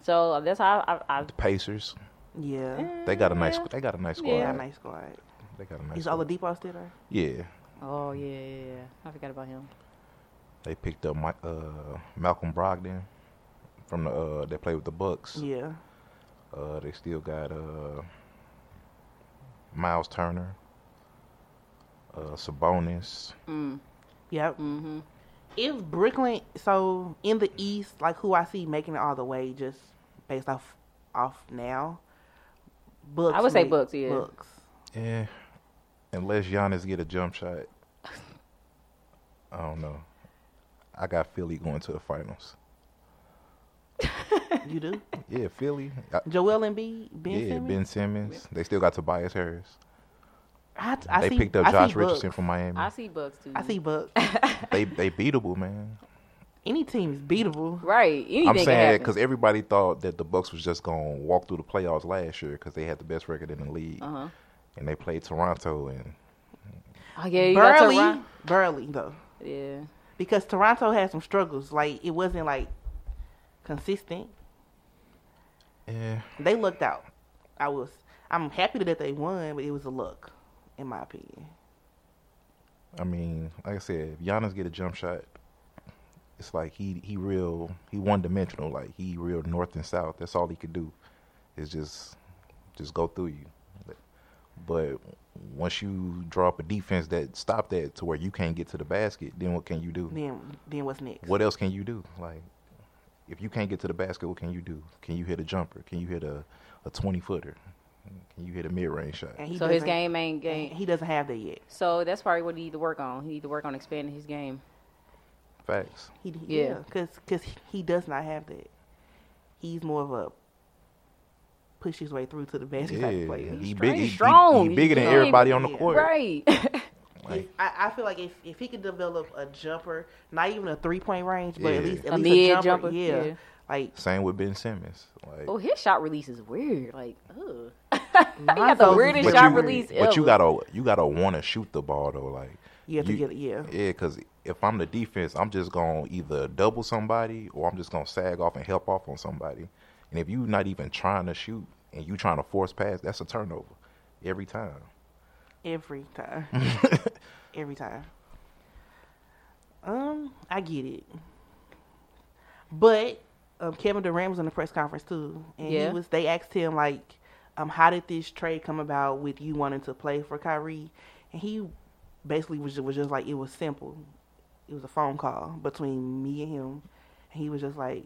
[SPEAKER 3] So uh, that's how I, I, I
[SPEAKER 4] The Pacers,
[SPEAKER 2] Yeah,
[SPEAKER 4] they got a nice, they got a nice
[SPEAKER 3] Eh,
[SPEAKER 4] squad.
[SPEAKER 2] yeah, nice squad.
[SPEAKER 4] They got a nice.
[SPEAKER 2] Is
[SPEAKER 4] squad.
[SPEAKER 2] Oladipo still there?
[SPEAKER 4] yeah,
[SPEAKER 3] Oh yeah, yeah, yeah. I forgot about him.
[SPEAKER 4] they picked up my, uh, Malcolm Brogdon from the uh, that played with the Bucks.
[SPEAKER 2] Yeah,
[SPEAKER 4] Uh, they still got uh, Miles Turner, uh, Sabonis.
[SPEAKER 3] Mm.
[SPEAKER 2] yeah.
[SPEAKER 3] Mm-hmm.
[SPEAKER 2] If Brooklyn, so in the East, like who I see making it all the way, just based off off now. Books.
[SPEAKER 3] I would say Bucks, yeah.
[SPEAKER 2] Books.
[SPEAKER 4] Yeah, unless Giannis get a jump shot, I don't know. I got Philly going to the finals.
[SPEAKER 2] You do.
[SPEAKER 4] Yeah, Philly. I,
[SPEAKER 2] Joel Embiid, Ben
[SPEAKER 4] yeah,
[SPEAKER 2] Simmons.
[SPEAKER 4] Ben Simmons. They still got Tobias Harris.
[SPEAKER 2] I, I
[SPEAKER 4] they
[SPEAKER 2] see,
[SPEAKER 4] picked up
[SPEAKER 2] I see
[SPEAKER 4] Josh
[SPEAKER 2] Bucks.
[SPEAKER 4] Richardson from Miami.
[SPEAKER 3] I see Bucks too.
[SPEAKER 2] I see Bucks.
[SPEAKER 4] they they beatable, man.
[SPEAKER 2] Any team is beatable.
[SPEAKER 3] Right. Anything
[SPEAKER 4] I'm
[SPEAKER 3] can
[SPEAKER 4] saying that
[SPEAKER 3] happen.
[SPEAKER 4] because everybody thought that the Bucks was just gonna walk through the playoffs last year because they had the best record in the league,
[SPEAKER 2] Uh.
[SPEAKER 3] Uh-huh.
[SPEAKER 4] and they played Toronto and
[SPEAKER 3] Oh yeah, you got
[SPEAKER 2] Burley,
[SPEAKER 3] Toronto.
[SPEAKER 2] Burley though,
[SPEAKER 3] Yeah.
[SPEAKER 2] because Toronto had some struggles. Like it wasn't like consistent.
[SPEAKER 4] yeah,
[SPEAKER 2] They looked out. I was. I'm happy that they won, but it was a look, in my opinion.
[SPEAKER 4] I mean, like I said, if Giannis get a jump shot, it's like he he real he one dimensional. Like he real north and south. That's all he could do is just just go through you. But- But once you draw up a defense that stop that to where you can't get to the basket, then what can you do?
[SPEAKER 2] Then then what's next?
[SPEAKER 4] What else can you do? Like if you can't get to the basket, what can you do? Can you hit a jumper? Can you hit a a twenty footer? Can you hit a mid range shot?
[SPEAKER 2] And he
[SPEAKER 3] so his
[SPEAKER 2] doesn't-
[SPEAKER 3] game ain't game.
[SPEAKER 2] He doesn't have that yet.
[SPEAKER 3] So that's probably what he need to work on. He need to work on expanding his game.
[SPEAKER 4] Facts.
[SPEAKER 2] He, he-
[SPEAKER 3] Yeah.
[SPEAKER 2] yeah, because he does not have that. He's more of a push his way through to the basket type of
[SPEAKER 4] Yeah,
[SPEAKER 2] player.
[SPEAKER 4] he
[SPEAKER 3] straight
[SPEAKER 4] big. He, he-
[SPEAKER 3] strong.
[SPEAKER 4] he bigger than
[SPEAKER 3] Yeah.
[SPEAKER 4] everybody on the
[SPEAKER 2] Yeah.
[SPEAKER 4] court.
[SPEAKER 3] Right.
[SPEAKER 2] If- I, I feel like if, if he could develop a jumper, not even a three point range, but at
[SPEAKER 4] Yeah.
[SPEAKER 2] least at
[SPEAKER 3] A
[SPEAKER 2] least
[SPEAKER 3] mid
[SPEAKER 2] a jumper,
[SPEAKER 3] jumper,
[SPEAKER 2] yeah.
[SPEAKER 3] yeah.
[SPEAKER 2] Like
[SPEAKER 4] Same with Ben Simmons. Like,
[SPEAKER 3] oh, his shot release is weird. Like, ugh. he got
[SPEAKER 2] Lonzo's
[SPEAKER 3] the
[SPEAKER 2] is
[SPEAKER 3] weirdest
[SPEAKER 2] weird.
[SPEAKER 3] shot
[SPEAKER 4] you,
[SPEAKER 3] release ever.
[SPEAKER 4] but you gotta you gotta want to shoot the ball though. Like
[SPEAKER 2] You have to get it, yeah.
[SPEAKER 4] yeah. Because if I'm the defense, I'm just gonna either double somebody or I'm just gonna sag off and help off on somebody. And if you're not even trying to shoot and you trying to force pass, that's a turnover every time.
[SPEAKER 2] every time, every time. Um, I get it, but um, Kevin Durant was in the press conference too, and
[SPEAKER 3] Yeah.
[SPEAKER 2] he was. They asked him like, um, how did this trade come about with you wanting to play for Kyrie? And he basically was was just like it was simple. It was a phone call between me and him, and he was just like,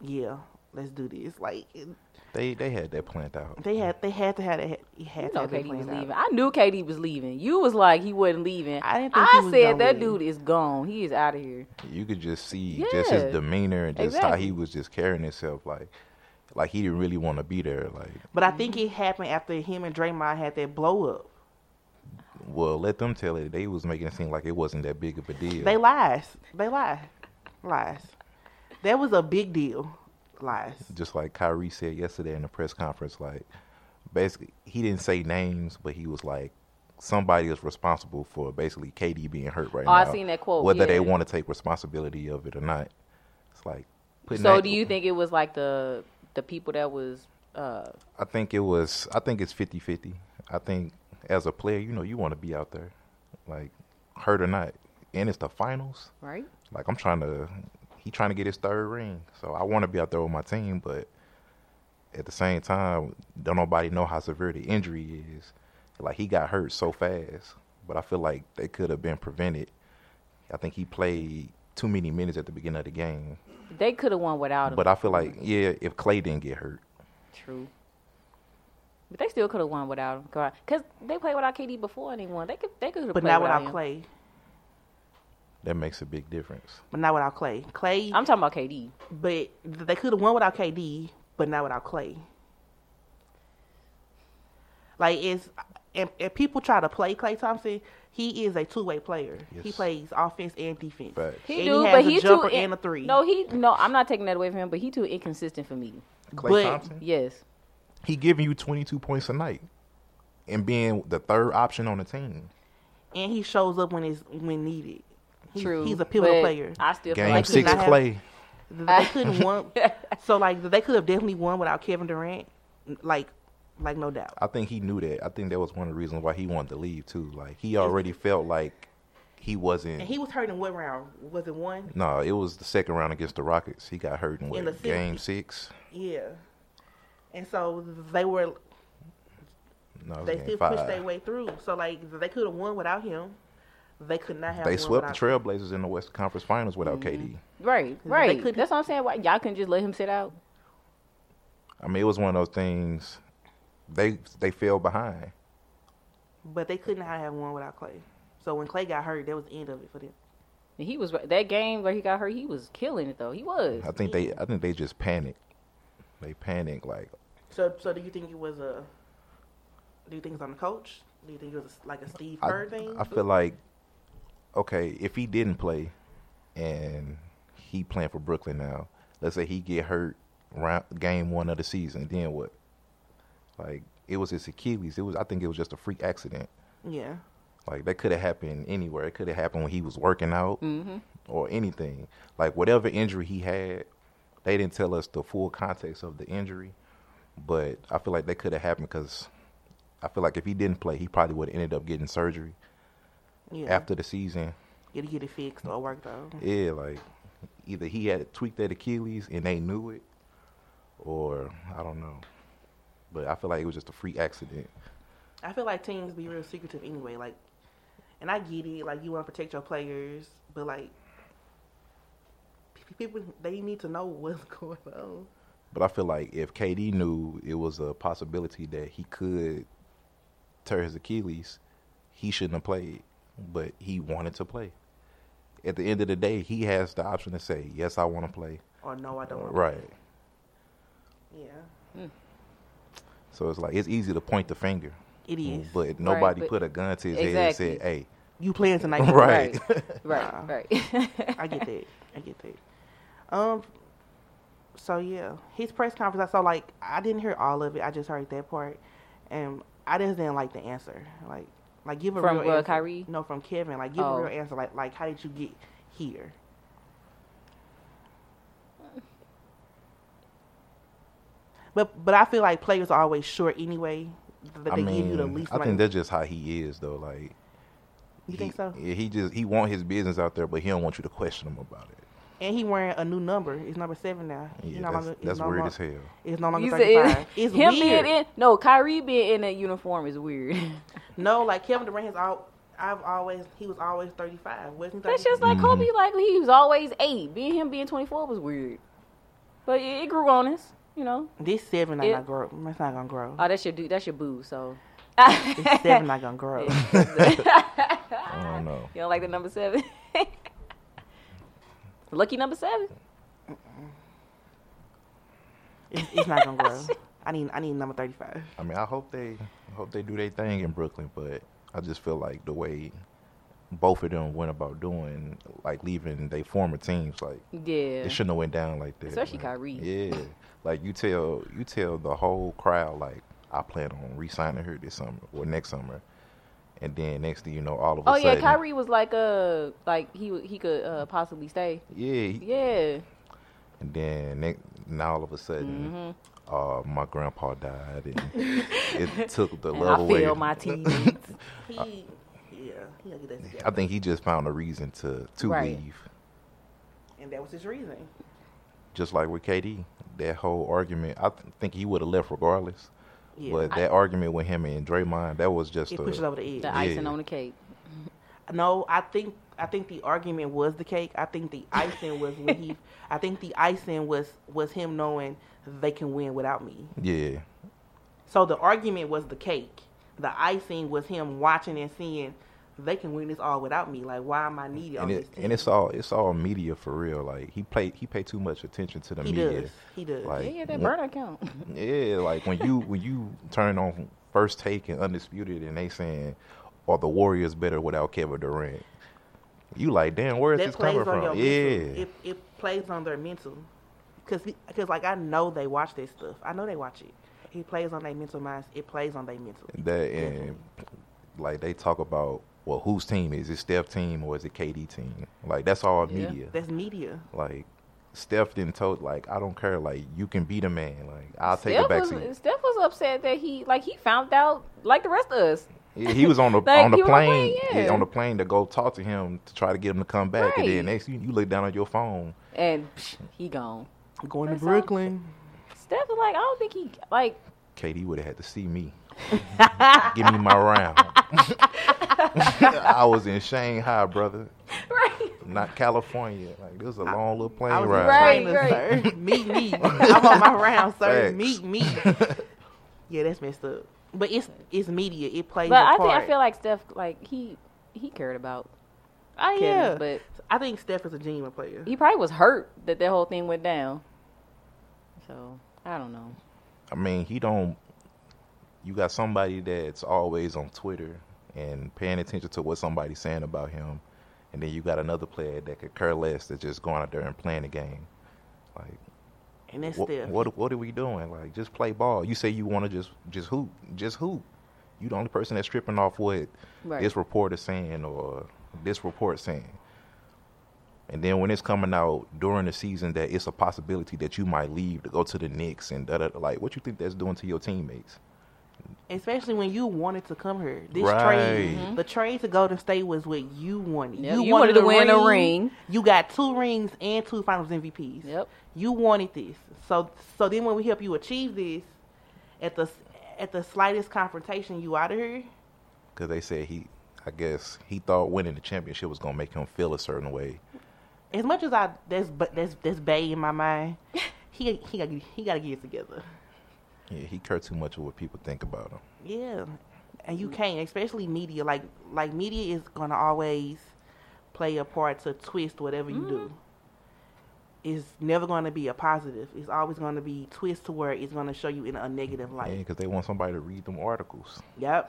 [SPEAKER 2] yeah, let's do this. Like it-
[SPEAKER 4] They they had that planned out.
[SPEAKER 2] they had they had to have that. He had
[SPEAKER 3] You
[SPEAKER 2] to
[SPEAKER 3] know
[SPEAKER 2] have that
[SPEAKER 3] KD was
[SPEAKER 2] planned out.
[SPEAKER 3] leaving. I knew KD was leaving. You was like he wasn't leaving.
[SPEAKER 2] I didn't think he was
[SPEAKER 3] said
[SPEAKER 2] gonna
[SPEAKER 3] that
[SPEAKER 2] leave.
[SPEAKER 3] dude is gone. He is out of here.
[SPEAKER 4] you could just see just his
[SPEAKER 3] Yeah.
[SPEAKER 4] demeanor and just how
[SPEAKER 3] Exactly.
[SPEAKER 4] he was just carrying himself. Like like he didn't really want to be there. Like
[SPEAKER 2] But I think it happened after him and Draymond had that blow up.
[SPEAKER 4] well, let them tell it. They was making it seem like it wasn't that big of a deal.
[SPEAKER 2] They lies. They lies. Lies. That was a big deal. Lies.
[SPEAKER 4] just like Kyrie said yesterday in the press conference, like basically he didn't say names, but he was like somebody is responsible for basically KD being hurt right
[SPEAKER 3] Oh,
[SPEAKER 4] now.
[SPEAKER 3] I seen that quote,
[SPEAKER 4] Whether they
[SPEAKER 3] yeah.
[SPEAKER 4] want to take responsibility of it or not, it's like. putting
[SPEAKER 3] So
[SPEAKER 4] that-
[SPEAKER 3] do you think it was like the the people that was uh
[SPEAKER 4] I think it was. I think it's 50-50. I think as a player, you know, you want to be out there, like hurt or not, and it's the finals.
[SPEAKER 3] right?
[SPEAKER 4] Like I'm trying to, he trying to get his third ring, so I want to be out there with my team, but at the same time, don't nobody know how severe the injury is. Like he got hurt so fast, but I feel like they could have been prevented. I think he played too many minutes at the beginning of the game,
[SPEAKER 3] They could have won without him.
[SPEAKER 4] but I feel like yeah, if Clay didn't get hurt,
[SPEAKER 3] True. But they still could have won without him. Because they played without KD before and they won. They could they could have
[SPEAKER 2] But
[SPEAKER 3] played
[SPEAKER 2] not
[SPEAKER 3] without
[SPEAKER 2] without
[SPEAKER 3] him.
[SPEAKER 2] Clay.
[SPEAKER 4] that makes a big difference.
[SPEAKER 2] But not without Clay. Clay,
[SPEAKER 3] I'm talking about KD.
[SPEAKER 2] but they could have won without KD, but not without Clay. Like it's and, and people try to play Clay Thompson. He is a two way player. He
[SPEAKER 4] Yes.
[SPEAKER 2] plays offense and defense.
[SPEAKER 4] Facts.
[SPEAKER 3] He
[SPEAKER 2] And
[SPEAKER 3] do,
[SPEAKER 2] has
[SPEAKER 3] but
[SPEAKER 2] a
[SPEAKER 3] he
[SPEAKER 2] jumper
[SPEAKER 3] too in-
[SPEAKER 2] and a three.
[SPEAKER 3] No, he no. I'm not taking that away from him, but he too inconsistent for me.
[SPEAKER 4] Clay
[SPEAKER 2] But-
[SPEAKER 4] Thompson.
[SPEAKER 3] Yes,
[SPEAKER 4] he giving you 22 points a night and being the third option on the team.
[SPEAKER 2] and he shows up when it's when needed. He-
[SPEAKER 3] true.
[SPEAKER 2] He's a pivotal
[SPEAKER 3] but
[SPEAKER 2] player.
[SPEAKER 3] I still
[SPEAKER 4] Game
[SPEAKER 3] feel like
[SPEAKER 4] six,
[SPEAKER 3] He's
[SPEAKER 2] not-
[SPEAKER 4] Clay.
[SPEAKER 2] They couldn't won. So like they could have definitely won without Kevin Durant, like, like no doubt.
[SPEAKER 4] I think he knew that. I think that was one of the reasons why he wanted to leave too. Like he already felt like he wasn't.
[SPEAKER 2] And he was hurt in what round? Was it one?
[SPEAKER 4] no, it was the second round against the Rockets. He got hurt in, what,
[SPEAKER 2] In the sixth.
[SPEAKER 4] game six.
[SPEAKER 2] Yeah. And so they were.
[SPEAKER 4] No, it was
[SPEAKER 2] They
[SPEAKER 4] game
[SPEAKER 2] still
[SPEAKER 4] five.
[SPEAKER 2] pushed their way through. So like they could have won without him. They could not have.
[SPEAKER 4] they
[SPEAKER 2] won
[SPEAKER 4] swept the
[SPEAKER 2] without-
[SPEAKER 4] Trailblazers in the Western Conference Finals without
[SPEAKER 2] Mm-hmm.
[SPEAKER 4] KD.
[SPEAKER 3] right, right.
[SPEAKER 2] couldn't-
[SPEAKER 3] That's what I'm saying. Why y'all couldn't just let him sit out?
[SPEAKER 4] I mean, it was one of those things. They they fell behind.
[SPEAKER 2] But they could not have won without Clay. So when Clay got hurt, that was the end of it for them.
[SPEAKER 3] And he was that game where he got hurt. He was killing it though. He was.
[SPEAKER 4] I think they I think they just panicked. They panicked like
[SPEAKER 2] So so do you think it was a? Do you think it's on the coach? Do you think it was like a Steve
[SPEAKER 4] I-
[SPEAKER 2] Kerr thing?
[SPEAKER 4] I feel like okay, if he didn't play and he playing for Brooklyn now, let's say he get hurt round game one of the season, then what? Like it was his Achilles. It was I think it was just a freak accident.
[SPEAKER 2] yeah.
[SPEAKER 4] Like that could have happened anywhere. It could have happened when he was working out or anything. Like whatever injury he had, they didn't tell us the full context of the injury, but I feel like that could have happened because I feel like if he didn't play, he probably would have ended up getting surgery
[SPEAKER 2] Yeah.
[SPEAKER 4] after the season.
[SPEAKER 2] you to get it fixed or worked out.
[SPEAKER 4] Yeah, like either he had tweaked that Achilles and they knew it, or I don't know. But I feel like it was just a free accident.
[SPEAKER 2] I feel like teams be real secretive anyway. Like, and I get it. Like, you want to protect your players, but like, pe- people they need to know what's going on.
[SPEAKER 4] But I feel like if KD knew it was a possibility that he could tear his Achilles, he shouldn't have played. But he wanted to play. At the end of the day, he has the option to say, "Yes, I want to play."
[SPEAKER 2] Or no, I don't. wanna
[SPEAKER 4] Right.
[SPEAKER 2] play. Yeah,
[SPEAKER 4] So it's like it's easy to point the finger,
[SPEAKER 2] it is.
[SPEAKER 4] but nobody
[SPEAKER 3] but-
[SPEAKER 4] put a gun to his head and said, "Hey,
[SPEAKER 2] you playing tonight?
[SPEAKER 4] right."
[SPEAKER 3] Right, right.
[SPEAKER 2] I get that. I get that. Um. So yeah, his press conference. I saw like I didn't hear all of it. I just heard that part, and I just didn't like the answer. Like, like give a
[SPEAKER 3] From,
[SPEAKER 2] real
[SPEAKER 3] uh,
[SPEAKER 2] answer.
[SPEAKER 3] Kyrie?
[SPEAKER 2] No, from Kevin. Like give
[SPEAKER 3] Oh.
[SPEAKER 2] a real answer. Like, like how did you get here? But but I feel like players are always short anyway. That
[SPEAKER 4] I
[SPEAKER 2] they give you the
[SPEAKER 4] mean,
[SPEAKER 2] least.
[SPEAKER 4] I think
[SPEAKER 2] amount-
[SPEAKER 4] that's just how he is, though. Like,
[SPEAKER 2] You
[SPEAKER 4] he,
[SPEAKER 2] think so?
[SPEAKER 4] Yeah, he just he want his business out there, but he don't want you to question him about it. and
[SPEAKER 2] and he wearing a new number. It's number seven now. It's
[SPEAKER 4] Yeah,
[SPEAKER 2] no
[SPEAKER 4] that's,
[SPEAKER 2] longer- it's
[SPEAKER 4] that's
[SPEAKER 2] no
[SPEAKER 4] weird
[SPEAKER 2] longer-
[SPEAKER 4] as hell.
[SPEAKER 2] It's no longer
[SPEAKER 3] You said
[SPEAKER 2] thirty five.
[SPEAKER 3] it-
[SPEAKER 2] It's
[SPEAKER 3] him
[SPEAKER 2] weird.
[SPEAKER 3] being in no Kyrie being in that uniform is weird.
[SPEAKER 2] No, like Kevin Durant has all. I've always he was always thirty five. Wasn't
[SPEAKER 3] That's
[SPEAKER 2] 35?
[SPEAKER 3] just like
[SPEAKER 4] Mm-hmm.
[SPEAKER 3] Kobe. Like he was always eight. Being him being twenty four was weird. But it, it grew on us, you know.
[SPEAKER 2] this seven not
[SPEAKER 3] It-
[SPEAKER 2] gonna grow. It's not gonna grow.
[SPEAKER 3] Oh, that's your dude. That's your boo. So
[SPEAKER 2] This seven not gonna grow.
[SPEAKER 4] I don't know.
[SPEAKER 3] you don't like the number seven. Lucky number seven.
[SPEAKER 2] It's, it's not gonna grow. I need I need number thirty five.
[SPEAKER 4] I mean, I hope they I hope they do their thing in Brooklyn, but I just feel like the way both of them went about doing, like leaving their former teams, like
[SPEAKER 3] Yeah.
[SPEAKER 4] it shouldn't have went down like that.
[SPEAKER 3] Especially
[SPEAKER 4] like,
[SPEAKER 3] Kyrie.
[SPEAKER 4] Yeah, like you tell you tell the whole crowd like I plan on re-signing her this summer or next summer, and then next thing you know, all of a
[SPEAKER 3] Oh
[SPEAKER 4] sudden,
[SPEAKER 3] yeah, Kyrie was like uh like he w- he could uh, possibly stay.
[SPEAKER 4] yeah, he-
[SPEAKER 3] Yeah.
[SPEAKER 4] and then next, now all of a
[SPEAKER 3] Mm-hmm.
[SPEAKER 4] sudden, uh, my grandpa died, and it took the
[SPEAKER 3] And
[SPEAKER 4] love
[SPEAKER 3] I
[SPEAKER 4] away.
[SPEAKER 3] feel my team.
[SPEAKER 2] He yeah he gonna get that together.
[SPEAKER 4] I think he just found a reason to to
[SPEAKER 3] Right.
[SPEAKER 4] leave.
[SPEAKER 2] And that was his reason.
[SPEAKER 4] Just like with KD, that whole argument, I th- think he would have left regardless.
[SPEAKER 2] Yeah.
[SPEAKER 4] But that argument with him and Draymond, that was just
[SPEAKER 2] It
[SPEAKER 4] a,
[SPEAKER 2] pushes over the edge.
[SPEAKER 3] the icing
[SPEAKER 4] Yeah.
[SPEAKER 3] on the cake.
[SPEAKER 2] No, I think I think the argument was the cake. I think the icing was when he. I think the icing was was him knowing they can win without me.
[SPEAKER 4] yeah,
[SPEAKER 2] So the argument was the cake. The icing was him watching and seeing they can win this all without me. Like why am I needed on
[SPEAKER 4] and it,
[SPEAKER 2] this team?
[SPEAKER 4] and it's all it's all media for real. Like he played he paid too much attention to the
[SPEAKER 2] he
[SPEAKER 4] media.
[SPEAKER 2] does. He does.
[SPEAKER 4] Like
[SPEAKER 3] Yeah, that
[SPEAKER 4] when-
[SPEAKER 3] burner account.
[SPEAKER 4] Yeah, like when you when you turn on first take and undisputed, and they saying, "Are the Warriors better without Kevin Durant?" You like, damn, where is
[SPEAKER 2] that
[SPEAKER 4] this
[SPEAKER 2] plays
[SPEAKER 4] coming
[SPEAKER 2] on your
[SPEAKER 4] from? Yeah,
[SPEAKER 2] mental. It, it plays on their mental. Cause, he- cause like I know they watch this stuff. I know they watch it. He plays on their mental minds. It plays on their mental.
[SPEAKER 4] that and like they talk about, well, whose team is it? Steph team or is it KD team? Like that's all
[SPEAKER 3] Yeah.
[SPEAKER 4] media.
[SPEAKER 2] That's media.
[SPEAKER 4] Like Steph didn't told like I don't care. Like you can be the man. Like I'll take
[SPEAKER 3] Steph
[SPEAKER 4] a back
[SPEAKER 3] was,
[SPEAKER 4] seat.
[SPEAKER 3] Steph was upset that he like he found out like the rest of us.
[SPEAKER 4] Yeah, he was on the
[SPEAKER 3] Like,
[SPEAKER 4] on the
[SPEAKER 3] he was on the
[SPEAKER 4] plane
[SPEAKER 3] plane, yeah.
[SPEAKER 4] on the plane to go talk to him to try to get him to come back, and
[SPEAKER 3] Right.
[SPEAKER 4] then next you, you look down on your phone.
[SPEAKER 3] and psh, he gone.
[SPEAKER 2] Going to
[SPEAKER 3] That's all.
[SPEAKER 2] Brooklyn.
[SPEAKER 3] Steph was like, I don't think he like.
[SPEAKER 4] Katie would have had to see me. Give me my round. I was in Shanghai, brother,
[SPEAKER 3] Right.
[SPEAKER 4] not California. Like this was a long little plane
[SPEAKER 2] I was
[SPEAKER 4] ride.
[SPEAKER 3] Right.
[SPEAKER 2] right, sir. Meet me. I'm on my round, sir.
[SPEAKER 4] Facts.
[SPEAKER 2] Meet me. Yeah, that's messed up. But it's it's media. It plays.
[SPEAKER 3] But
[SPEAKER 2] a
[SPEAKER 3] I
[SPEAKER 2] part.
[SPEAKER 3] think I feel like Steph like he he cared about.
[SPEAKER 2] I
[SPEAKER 3] Kevin,
[SPEAKER 2] Ah, yeah.
[SPEAKER 3] but
[SPEAKER 2] I think Steph is a genuine player.
[SPEAKER 3] he probably was hurt that that whole thing went down. So I don't know.
[SPEAKER 4] I mean, he don't. You got somebody that's always on Twitter and paying attention to what somebody's saying about him, and then you got another player that could care less that's just going out there and playing the game. Like
[SPEAKER 2] and that's
[SPEAKER 4] what,
[SPEAKER 2] Steph.
[SPEAKER 4] what what are we doing? Like just play ball. You say you want to just just hoop, just hoop. You the only person that's stripping off what
[SPEAKER 3] Right.
[SPEAKER 4] this report is saying or this report saying. And then when it's coming out during the season that it's a possibility that you might leave to go to the Knicks and da da da, like what you think that's doing to your teammates?
[SPEAKER 2] Especially when you wanted to come here. This
[SPEAKER 4] Right.
[SPEAKER 2] trade, the trade to Golden State was what you wanted.
[SPEAKER 3] Mm-hmm. Yep, you wanted to
[SPEAKER 2] a
[SPEAKER 3] win a ring.
[SPEAKER 2] You got two rings and two Finals MVPs.
[SPEAKER 3] Yep.
[SPEAKER 2] You wanted this. So so then when we help you achieve this, at the at the slightest confrontation, you out of here.
[SPEAKER 4] because they said he, I guess he thought winning the championship was gonna make him feel a certain way.
[SPEAKER 2] As much as I that's but that's that's bay in my mind. He he got he got to get it together.
[SPEAKER 4] Yeah, he cared too much of what people think about him.
[SPEAKER 2] Yeah, and you can't, especially media. Like like media is gonna always play a part to twist whatever you do. It's never gonna be a positive. It's always gonna be twist to where it's gonna show you in a negative
[SPEAKER 4] Yeah,
[SPEAKER 2] light.
[SPEAKER 4] because they want somebody to read them articles.
[SPEAKER 2] Yep,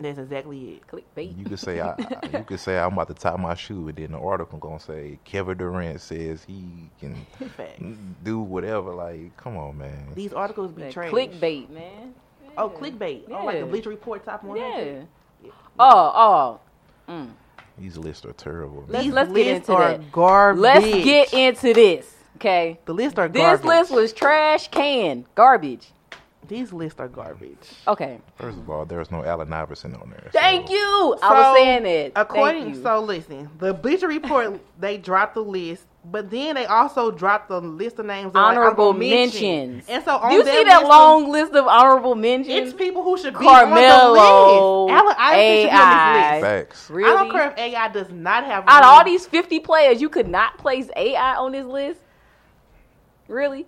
[SPEAKER 2] that's exactly it.
[SPEAKER 3] Clickbait.
[SPEAKER 4] You could say I, I- you could say I'm about to tie my shoe, and then the article gonna say Kevin Durant says he can
[SPEAKER 2] Facts.
[SPEAKER 4] Mm. do whatever. Like, come on, man.
[SPEAKER 2] These articles be
[SPEAKER 3] That
[SPEAKER 2] trash.
[SPEAKER 3] clickbait, man.
[SPEAKER 2] Oh, clickbait. Oh, like the
[SPEAKER 3] Yeah.
[SPEAKER 2] Bleacher Report top one.
[SPEAKER 3] Yeah. Oh, oh.
[SPEAKER 4] These lists are terrible. man.
[SPEAKER 3] Let's-
[SPEAKER 2] These
[SPEAKER 3] let's get
[SPEAKER 2] lists
[SPEAKER 3] into
[SPEAKER 2] are
[SPEAKER 3] that.
[SPEAKER 2] garbage.
[SPEAKER 3] Let's get into this. Okay.
[SPEAKER 2] The lists are
[SPEAKER 3] This
[SPEAKER 2] garbage.
[SPEAKER 3] list was trash can garbage.
[SPEAKER 2] These lists are garbage.
[SPEAKER 3] Okay.
[SPEAKER 4] First of all, there's no Allen Iverson on there.
[SPEAKER 3] Thank
[SPEAKER 4] so-
[SPEAKER 3] you. I was
[SPEAKER 2] So,
[SPEAKER 3] saying it.
[SPEAKER 2] According
[SPEAKER 3] Thank you.
[SPEAKER 2] so listen, the Bleacher Report they dropped the list, but then they also dropped the list of names that, like,
[SPEAKER 3] honorable
[SPEAKER 2] honorable
[SPEAKER 3] mentions.
[SPEAKER 2] And so on
[SPEAKER 3] you
[SPEAKER 2] that
[SPEAKER 3] see that
[SPEAKER 2] list,
[SPEAKER 3] long list of honorable
[SPEAKER 2] It's
[SPEAKER 3] mentions?
[SPEAKER 2] people who should be
[SPEAKER 3] Carmelo,
[SPEAKER 2] on the list. Allen Iverson should be on
[SPEAKER 3] AI.
[SPEAKER 2] this list.
[SPEAKER 4] Facts.
[SPEAKER 3] really?
[SPEAKER 2] I don't care if AI does not have
[SPEAKER 3] Out of
[SPEAKER 2] one.
[SPEAKER 3] all these 50 players, you could not place AI on this list? Really?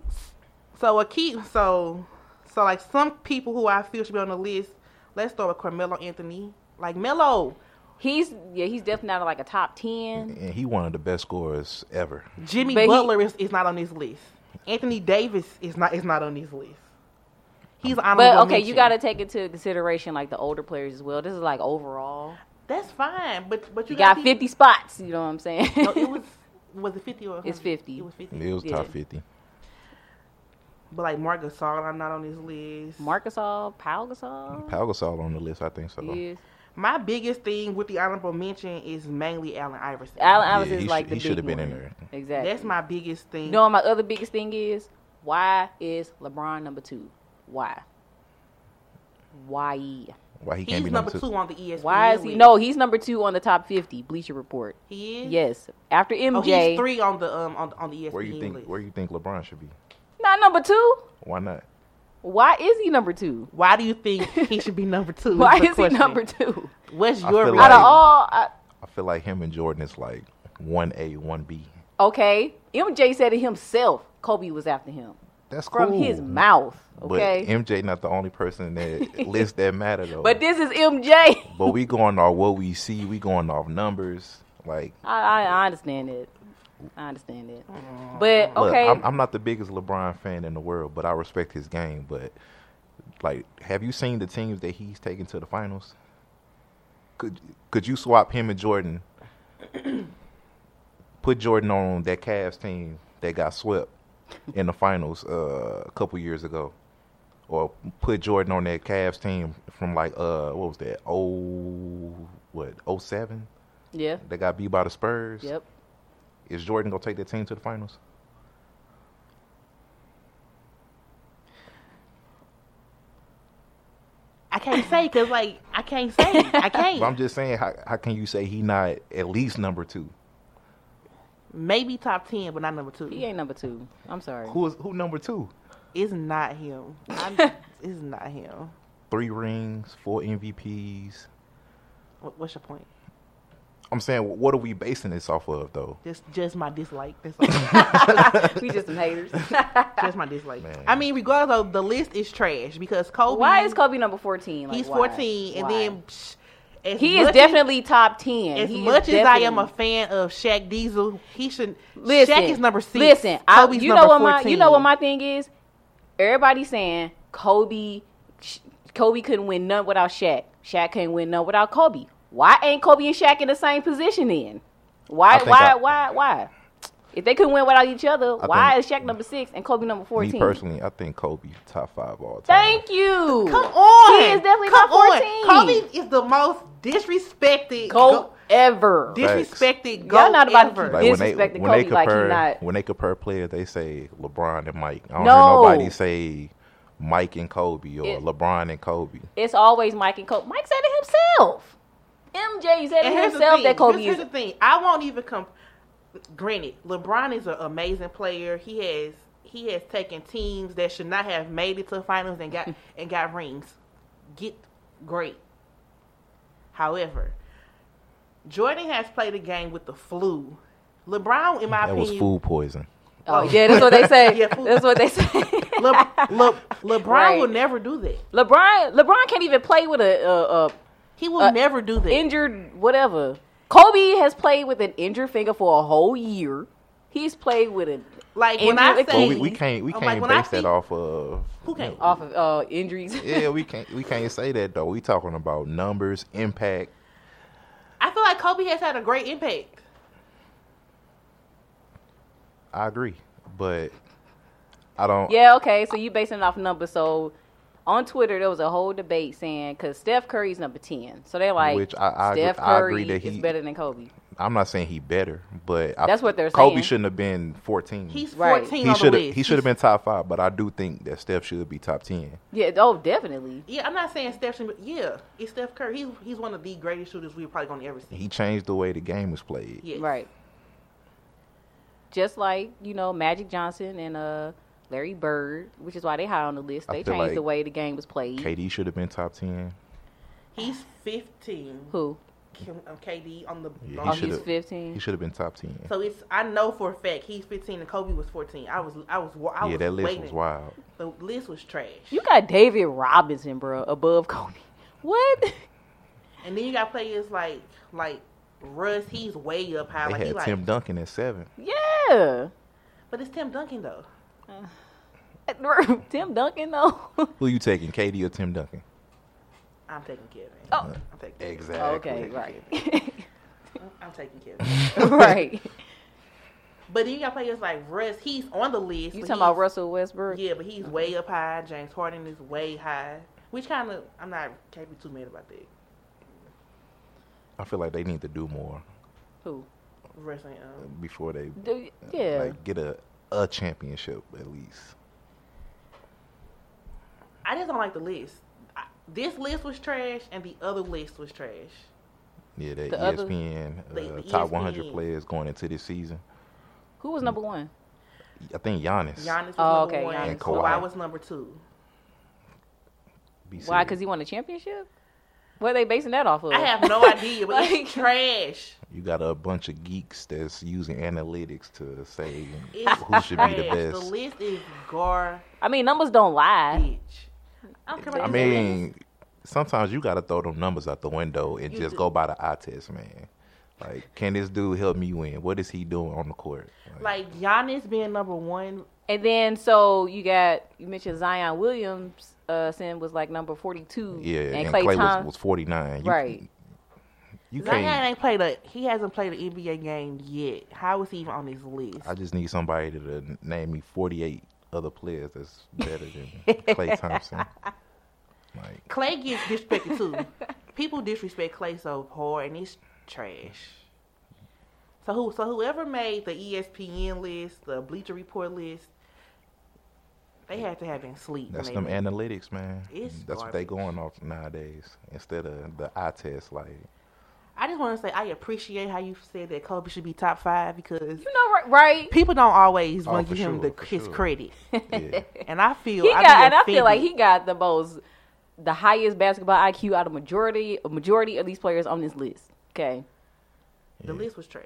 [SPEAKER 2] So a key so so like some people who I feel should be on the list. Let's start with Carmelo Anthony, like Melo,
[SPEAKER 3] He's yeah, he's definitely not like a top 10.
[SPEAKER 4] And he one of the best scorers ever.
[SPEAKER 2] Jimmy
[SPEAKER 3] But he-
[SPEAKER 2] Butler is, is not on this list. Anthony Davis is not is not on this list. He's honorable.
[SPEAKER 3] But okay, you
[SPEAKER 2] mention.
[SPEAKER 3] got to take into consideration like the older players as well. This is like overall.
[SPEAKER 2] That's fine, but but you,
[SPEAKER 3] You got
[SPEAKER 2] gotta
[SPEAKER 3] 50 spots, you know what I'm saying?
[SPEAKER 2] Think, no, it was was it fifty or 100?
[SPEAKER 3] It's 50.
[SPEAKER 2] It was fifty.
[SPEAKER 4] It was top
[SPEAKER 3] Yeah.
[SPEAKER 4] 50.
[SPEAKER 2] But like Mark Gasol, I'm not on this list.
[SPEAKER 3] Marcus All, Pau Gasol.
[SPEAKER 4] Pau Gasol on the list, I think so.
[SPEAKER 3] Yes.
[SPEAKER 2] My biggest thing with the honorable mention is mainly Allen Iverson.
[SPEAKER 3] Allen
[SPEAKER 4] Yeah,
[SPEAKER 3] Iverson
[SPEAKER 4] he
[SPEAKER 3] is
[SPEAKER 4] sh-
[SPEAKER 3] like
[SPEAKER 4] he
[SPEAKER 3] the
[SPEAKER 4] should
[SPEAKER 3] big
[SPEAKER 4] have been in
[SPEAKER 3] one.
[SPEAKER 4] there.
[SPEAKER 3] Exactly.
[SPEAKER 2] That's my biggest thing.
[SPEAKER 3] You know what my other biggest thing is? Why is LeBron number two? Why? Why?
[SPEAKER 4] Why he
[SPEAKER 2] he's
[SPEAKER 4] can't be
[SPEAKER 2] number two. on the E ESPN.
[SPEAKER 3] Why is he?
[SPEAKER 2] list.
[SPEAKER 3] No, he's number two on the top 50 Bleacher Report.
[SPEAKER 2] he is.
[SPEAKER 3] Yes. After MJ.
[SPEAKER 2] Oh, he's three on the um on, on the ESPN
[SPEAKER 4] Where you think
[SPEAKER 2] list.
[SPEAKER 4] where you think LeBron should be?
[SPEAKER 3] Not number two?
[SPEAKER 4] Why not?
[SPEAKER 3] Why is he number two?
[SPEAKER 2] Why do you think he should be number two?
[SPEAKER 3] Why
[SPEAKER 2] the
[SPEAKER 3] is he
[SPEAKER 2] question.
[SPEAKER 3] number two?
[SPEAKER 2] What's
[SPEAKER 4] I
[SPEAKER 2] your
[SPEAKER 4] feel
[SPEAKER 2] reason?
[SPEAKER 3] Out
[SPEAKER 4] like-
[SPEAKER 3] of all. uh, I,
[SPEAKER 4] I feel like him and Jordan is like one A, one B.
[SPEAKER 3] okay. MJ said it himself. Kobe was after him
[SPEAKER 4] That's
[SPEAKER 3] from
[SPEAKER 4] cool.
[SPEAKER 3] his mouth.
[SPEAKER 4] But
[SPEAKER 3] Okay. But,
[SPEAKER 4] MJ not the only person that list that matter though.
[SPEAKER 3] this is MJ.
[SPEAKER 4] but we going off what we see. We going off numbers. Like,
[SPEAKER 3] I, I, I understand it. I understand it. But
[SPEAKER 4] look,
[SPEAKER 3] okay.
[SPEAKER 4] I'm, I'm not the biggest LeBron fan in the world, but I respect his game. But like, have you seen the teams that he's taken to the finals? Could could you swap him and Jordan? Put Jordan on that Cavs team that got swept in the finals uh, a couple years ago, or put Jordan on that Cavs team from like uh what was that oh what oh seven
[SPEAKER 3] yeah.
[SPEAKER 4] that got beat by the Spurs.
[SPEAKER 3] Yep.
[SPEAKER 4] Is Jordan gonna take that team to the finals?
[SPEAKER 2] I can't say because like I can't say I
[SPEAKER 4] But I'm
[SPEAKER 2] can't.
[SPEAKER 4] just saying, how, how can you say he not at least number two?
[SPEAKER 2] Maybe top ten, but not number two.
[SPEAKER 3] He ain't number two. I'm sorry.
[SPEAKER 4] Who is who number two?
[SPEAKER 2] It's not him. I, it's not him.
[SPEAKER 4] Three rings, four MVPs.
[SPEAKER 2] What, what's your point?
[SPEAKER 4] I'm saying, what are we basing this off of though?
[SPEAKER 2] Just just my dislike. That's all.
[SPEAKER 3] we just some haters.
[SPEAKER 2] just my dislike.
[SPEAKER 4] Man.
[SPEAKER 2] I mean, regardless of the list is trash because Kobe.
[SPEAKER 3] why is Kobe number 14? Like,
[SPEAKER 2] He's
[SPEAKER 3] why?
[SPEAKER 2] fourteen, and
[SPEAKER 3] Why?
[SPEAKER 2] then psh, as
[SPEAKER 3] he
[SPEAKER 2] much
[SPEAKER 3] is
[SPEAKER 2] as-
[SPEAKER 3] definitely top 10.
[SPEAKER 2] As
[SPEAKER 3] He is
[SPEAKER 2] much as I am a
[SPEAKER 3] definitely-
[SPEAKER 2] fan of Shaq Diesel, he should.
[SPEAKER 3] listen,
[SPEAKER 2] Shaq is number six.
[SPEAKER 3] Listen, I,
[SPEAKER 2] Kobe's
[SPEAKER 3] you
[SPEAKER 2] number
[SPEAKER 3] know what
[SPEAKER 2] 14.
[SPEAKER 3] my you know what my thing is. Everybody saying Kobe, Sh- Kobe couldn't win none without Shaq. Shaq couldn't win none without Kobe. Why ain't Kobe and Shaq in the same position then?
[SPEAKER 4] I
[SPEAKER 3] Why
[SPEAKER 4] think
[SPEAKER 3] why
[SPEAKER 4] I-
[SPEAKER 3] why why? If they couldn't win without each other,
[SPEAKER 4] I
[SPEAKER 3] why
[SPEAKER 4] think-
[SPEAKER 3] is Shaq number six and Kobe number
[SPEAKER 4] Me
[SPEAKER 3] fourteen?
[SPEAKER 4] personally, I think Kobe top five all time.
[SPEAKER 3] Thank you.
[SPEAKER 2] Come on,
[SPEAKER 3] He is definitely
[SPEAKER 2] Come
[SPEAKER 3] top
[SPEAKER 2] on.
[SPEAKER 3] 14.
[SPEAKER 2] Kobe is the most disrespected.
[SPEAKER 3] Go,
[SPEAKER 2] go-
[SPEAKER 3] ever.
[SPEAKER 2] disrespected. Go
[SPEAKER 3] Y'all not about to
[SPEAKER 2] ever.
[SPEAKER 3] keep
[SPEAKER 4] Like when they
[SPEAKER 3] Disrespecting
[SPEAKER 4] when they
[SPEAKER 3] Kobe like he
[SPEAKER 4] compare
[SPEAKER 3] not-
[SPEAKER 4] when they compare players, they say LeBron and Mike. I don't
[SPEAKER 3] No.
[SPEAKER 4] hear nobody say Mike and Kobe or
[SPEAKER 3] It-
[SPEAKER 4] LeBron and Kobe.
[SPEAKER 3] It's always Mike and Kobe. Mike said it himself. MJ said
[SPEAKER 2] And
[SPEAKER 3] it
[SPEAKER 2] here's the
[SPEAKER 3] himself
[SPEAKER 2] thing.
[SPEAKER 3] that Kobe
[SPEAKER 2] here's,
[SPEAKER 3] is.
[SPEAKER 2] here's the thing. I won't even come. Granted, LeBron is an amazing player. He has he has taken teams that should not have made it to the finals and got and got rings. Get great. However, Jordan has played a game with the flu. LeBron, in my
[SPEAKER 4] That was
[SPEAKER 2] opinion,
[SPEAKER 4] food poison.
[SPEAKER 3] Oh yeah, that's what they say.
[SPEAKER 2] Yeah, fool.
[SPEAKER 3] that's what they say.
[SPEAKER 2] Le, Le, LeBron
[SPEAKER 3] Right.
[SPEAKER 2] will never do that.
[SPEAKER 3] LeBron LeBron can't even play with a, a, a
[SPEAKER 2] He will
[SPEAKER 3] Uh,
[SPEAKER 2] never do that.
[SPEAKER 3] injured whatever. Kobe has played with an injured finger for a whole year. He's played with an
[SPEAKER 2] like when
[SPEAKER 3] injured
[SPEAKER 2] I
[SPEAKER 3] Achilles.
[SPEAKER 2] say
[SPEAKER 4] Well, Oh, we, we can't we
[SPEAKER 3] oh,
[SPEAKER 2] I'm
[SPEAKER 4] can't
[SPEAKER 2] like, when I
[SPEAKER 4] base that
[SPEAKER 2] see-
[SPEAKER 4] off of
[SPEAKER 2] Who can't?
[SPEAKER 3] off of uh, injuries.
[SPEAKER 4] Yeah, we can't we can't say that though. We talking about numbers, impact.
[SPEAKER 2] I feel like Kobe has had a great impact.
[SPEAKER 4] I agree, but I don't.
[SPEAKER 3] Yeah, okay. So you basing it off numbers. So on Twitter, there was a whole debate saying because Steph Curry's number ten, so they're like,
[SPEAKER 4] Which I- I agree-
[SPEAKER 3] Steph
[SPEAKER 4] I
[SPEAKER 3] Curry
[SPEAKER 4] agree that
[SPEAKER 3] is
[SPEAKER 4] he-
[SPEAKER 3] better than Kobe.
[SPEAKER 4] I'm not saying he better, but I-
[SPEAKER 3] That's what they're
[SPEAKER 4] Kobe
[SPEAKER 3] saying.
[SPEAKER 4] shouldn't have been 14.
[SPEAKER 2] He's
[SPEAKER 3] Right.
[SPEAKER 2] 14
[SPEAKER 4] he
[SPEAKER 2] on the
[SPEAKER 4] should
[SPEAKER 2] list.
[SPEAKER 4] he should have been top five, but I do think that Steph should be top ten.
[SPEAKER 3] Yeah, oh, definitely.
[SPEAKER 2] Yeah, I'm not saying Steph, should be- yeah, it's Steph Curry. He's he's one of the greatest shooters we're probably gonna ever see.
[SPEAKER 4] He changed the way the game was played.
[SPEAKER 2] Yes.
[SPEAKER 3] Right. Just like, you know, Magic Johnson and uh Larry Bird, which is why they high on the list.
[SPEAKER 4] I
[SPEAKER 3] They
[SPEAKER 4] feel
[SPEAKER 3] changed
[SPEAKER 4] like
[SPEAKER 3] the way the game was played.
[SPEAKER 4] KD should have been top ten.
[SPEAKER 2] He's 15.
[SPEAKER 3] Who?
[SPEAKER 2] Kim- um, KD on the.
[SPEAKER 4] Yeah,
[SPEAKER 2] on-
[SPEAKER 4] He
[SPEAKER 3] Oh,
[SPEAKER 4] should've-
[SPEAKER 3] he's fifteen.
[SPEAKER 4] He should have been top ten.
[SPEAKER 2] so it's I know for a fact he's 15 and Kobe was 14. I was I was I was
[SPEAKER 4] yeah, that list
[SPEAKER 2] waiting.
[SPEAKER 4] was wild.
[SPEAKER 2] The list was trash.
[SPEAKER 3] You got David Robinson, bro, above Kobe. What?
[SPEAKER 2] And then you got players like like Russ. He's way up high.
[SPEAKER 4] They
[SPEAKER 2] like, he
[SPEAKER 4] had
[SPEAKER 2] like,
[SPEAKER 4] Tim Duncan at seven.
[SPEAKER 3] yeah.
[SPEAKER 2] but it's Tim Duncan though.
[SPEAKER 3] Tim Duncan though.
[SPEAKER 4] Who you taking, KD or Tim Duncan?
[SPEAKER 2] I'm taking Kevin.
[SPEAKER 3] Oh.
[SPEAKER 2] I'm taking Kevin.
[SPEAKER 4] Exactly.
[SPEAKER 3] okay, right.
[SPEAKER 2] I'm taking Kevin.
[SPEAKER 3] right.
[SPEAKER 2] but then you got players like Russ. He's on the list.
[SPEAKER 3] You
[SPEAKER 2] but
[SPEAKER 3] talking about
[SPEAKER 2] he's-
[SPEAKER 3] Russell Westbrook?
[SPEAKER 2] Yeah, but he's way up high. James Harden is way high. Which kind of I'm not can't be too mad about that.
[SPEAKER 4] I feel like they need to do more
[SPEAKER 3] Who?
[SPEAKER 2] Wrestling, um,
[SPEAKER 4] before they
[SPEAKER 3] Do- yeah.
[SPEAKER 4] like get a a championship at least.
[SPEAKER 2] I just don't like the list. I, this list was trash, and the other list was trash.
[SPEAKER 4] Yeah, that
[SPEAKER 3] The E other-
[SPEAKER 4] ESPN uh,
[SPEAKER 2] The- the
[SPEAKER 4] top 100
[SPEAKER 2] ESPN.
[SPEAKER 4] players going into this season.
[SPEAKER 3] Who was number one?
[SPEAKER 4] I think Giannis.
[SPEAKER 2] Giannis was
[SPEAKER 3] Oh,
[SPEAKER 2] number
[SPEAKER 3] okay,
[SPEAKER 2] one.
[SPEAKER 3] Giannis
[SPEAKER 4] And Kawhi.
[SPEAKER 2] Kawhi was number two.
[SPEAKER 4] Be
[SPEAKER 3] Why?
[SPEAKER 4] serious.
[SPEAKER 3] Because he won a championship? What are they basing that off of?
[SPEAKER 2] I have no idea, but
[SPEAKER 3] Like-
[SPEAKER 2] it's trash.
[SPEAKER 4] you got a bunch of geeks that's using analytics to say
[SPEAKER 2] It's
[SPEAKER 4] who should be the
[SPEAKER 2] trash. The
[SPEAKER 4] best.
[SPEAKER 2] list is garbage.
[SPEAKER 3] I mean, numbers don't lie.
[SPEAKER 2] I don't care about
[SPEAKER 4] I
[SPEAKER 2] this list.
[SPEAKER 4] mean, sometimes you got to throw them numbers out the window and
[SPEAKER 2] You
[SPEAKER 4] just
[SPEAKER 2] do.
[SPEAKER 4] go by the eye test, man. Like, can this dude help me win? What is he doing on the court?
[SPEAKER 2] like Giannis being number one.
[SPEAKER 3] And then, so you got, you mentioned Zion Williams, uh, sin was like number 42.
[SPEAKER 4] yeah,
[SPEAKER 3] and,
[SPEAKER 4] and,
[SPEAKER 3] Clay,
[SPEAKER 4] Clay was,
[SPEAKER 3] Thompson.
[SPEAKER 4] was 49. You,
[SPEAKER 3] Right.
[SPEAKER 4] You
[SPEAKER 2] Zion
[SPEAKER 4] can't.
[SPEAKER 2] ain't played a. He hasn't played an NBA game yet. How is he even on this list?
[SPEAKER 4] I just need somebody to, to name me 48 other players that's better than Clay Thompson. Like,
[SPEAKER 2] Clay gets disrespected too. People disrespect Clay so hard, and it's trash. So who? So whoever made the E ESPN list, the Bleacher Report list, they had to have been sleep.
[SPEAKER 4] That's
[SPEAKER 2] when
[SPEAKER 4] them
[SPEAKER 2] they made-
[SPEAKER 4] analytics, man.
[SPEAKER 2] It's
[SPEAKER 4] That's what they
[SPEAKER 2] garbage.
[SPEAKER 4] going off nowadays instead of the eye test. Like,
[SPEAKER 2] I just want to say I appreciate how you said that Kobe should be top five because
[SPEAKER 3] You know, right? right?
[SPEAKER 2] people don't always
[SPEAKER 4] Oh,
[SPEAKER 2] want
[SPEAKER 4] for
[SPEAKER 2] to give him
[SPEAKER 4] sure,
[SPEAKER 2] the
[SPEAKER 4] for
[SPEAKER 2] his
[SPEAKER 4] sure.
[SPEAKER 2] credit,
[SPEAKER 4] yeah,
[SPEAKER 2] and I feel
[SPEAKER 3] He
[SPEAKER 2] I
[SPEAKER 3] got,
[SPEAKER 2] be
[SPEAKER 3] and I
[SPEAKER 2] offended.
[SPEAKER 3] feel like he got the most, the highest basketball IQ out of majority, a majority of these players on this list. Okay.
[SPEAKER 2] the
[SPEAKER 4] Yeah.
[SPEAKER 2] list was trash.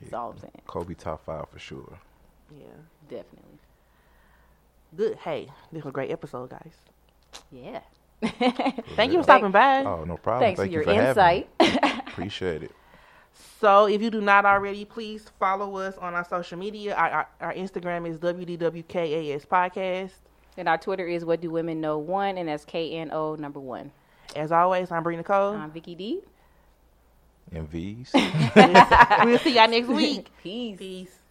[SPEAKER 3] That's all I'm saying.
[SPEAKER 4] Kobe top five for sure.
[SPEAKER 2] Yeah,
[SPEAKER 3] Definitely.
[SPEAKER 2] good. Hey, this was a great episode, guys.
[SPEAKER 3] Yeah.
[SPEAKER 2] Thank you for stopping by.
[SPEAKER 4] Oh, no problem.
[SPEAKER 3] Thanks
[SPEAKER 4] Thank
[SPEAKER 3] for
[SPEAKER 4] you
[SPEAKER 3] your
[SPEAKER 4] for having
[SPEAKER 3] insight.
[SPEAKER 4] me. Appreciate it.
[SPEAKER 2] So if you do not already, please follow us on our social media. Our, our, our Instagram is WDWKAS Podcast.
[SPEAKER 3] and our Twitter is What Do Women Know One, and that's K N O number one.
[SPEAKER 2] As always, I'm Bree
[SPEAKER 4] Oh.
[SPEAKER 2] Nicole.
[SPEAKER 3] I'm Vicky D.
[SPEAKER 4] And V's.
[SPEAKER 2] we'll see y'all next week.
[SPEAKER 3] Peace.
[SPEAKER 2] Peace.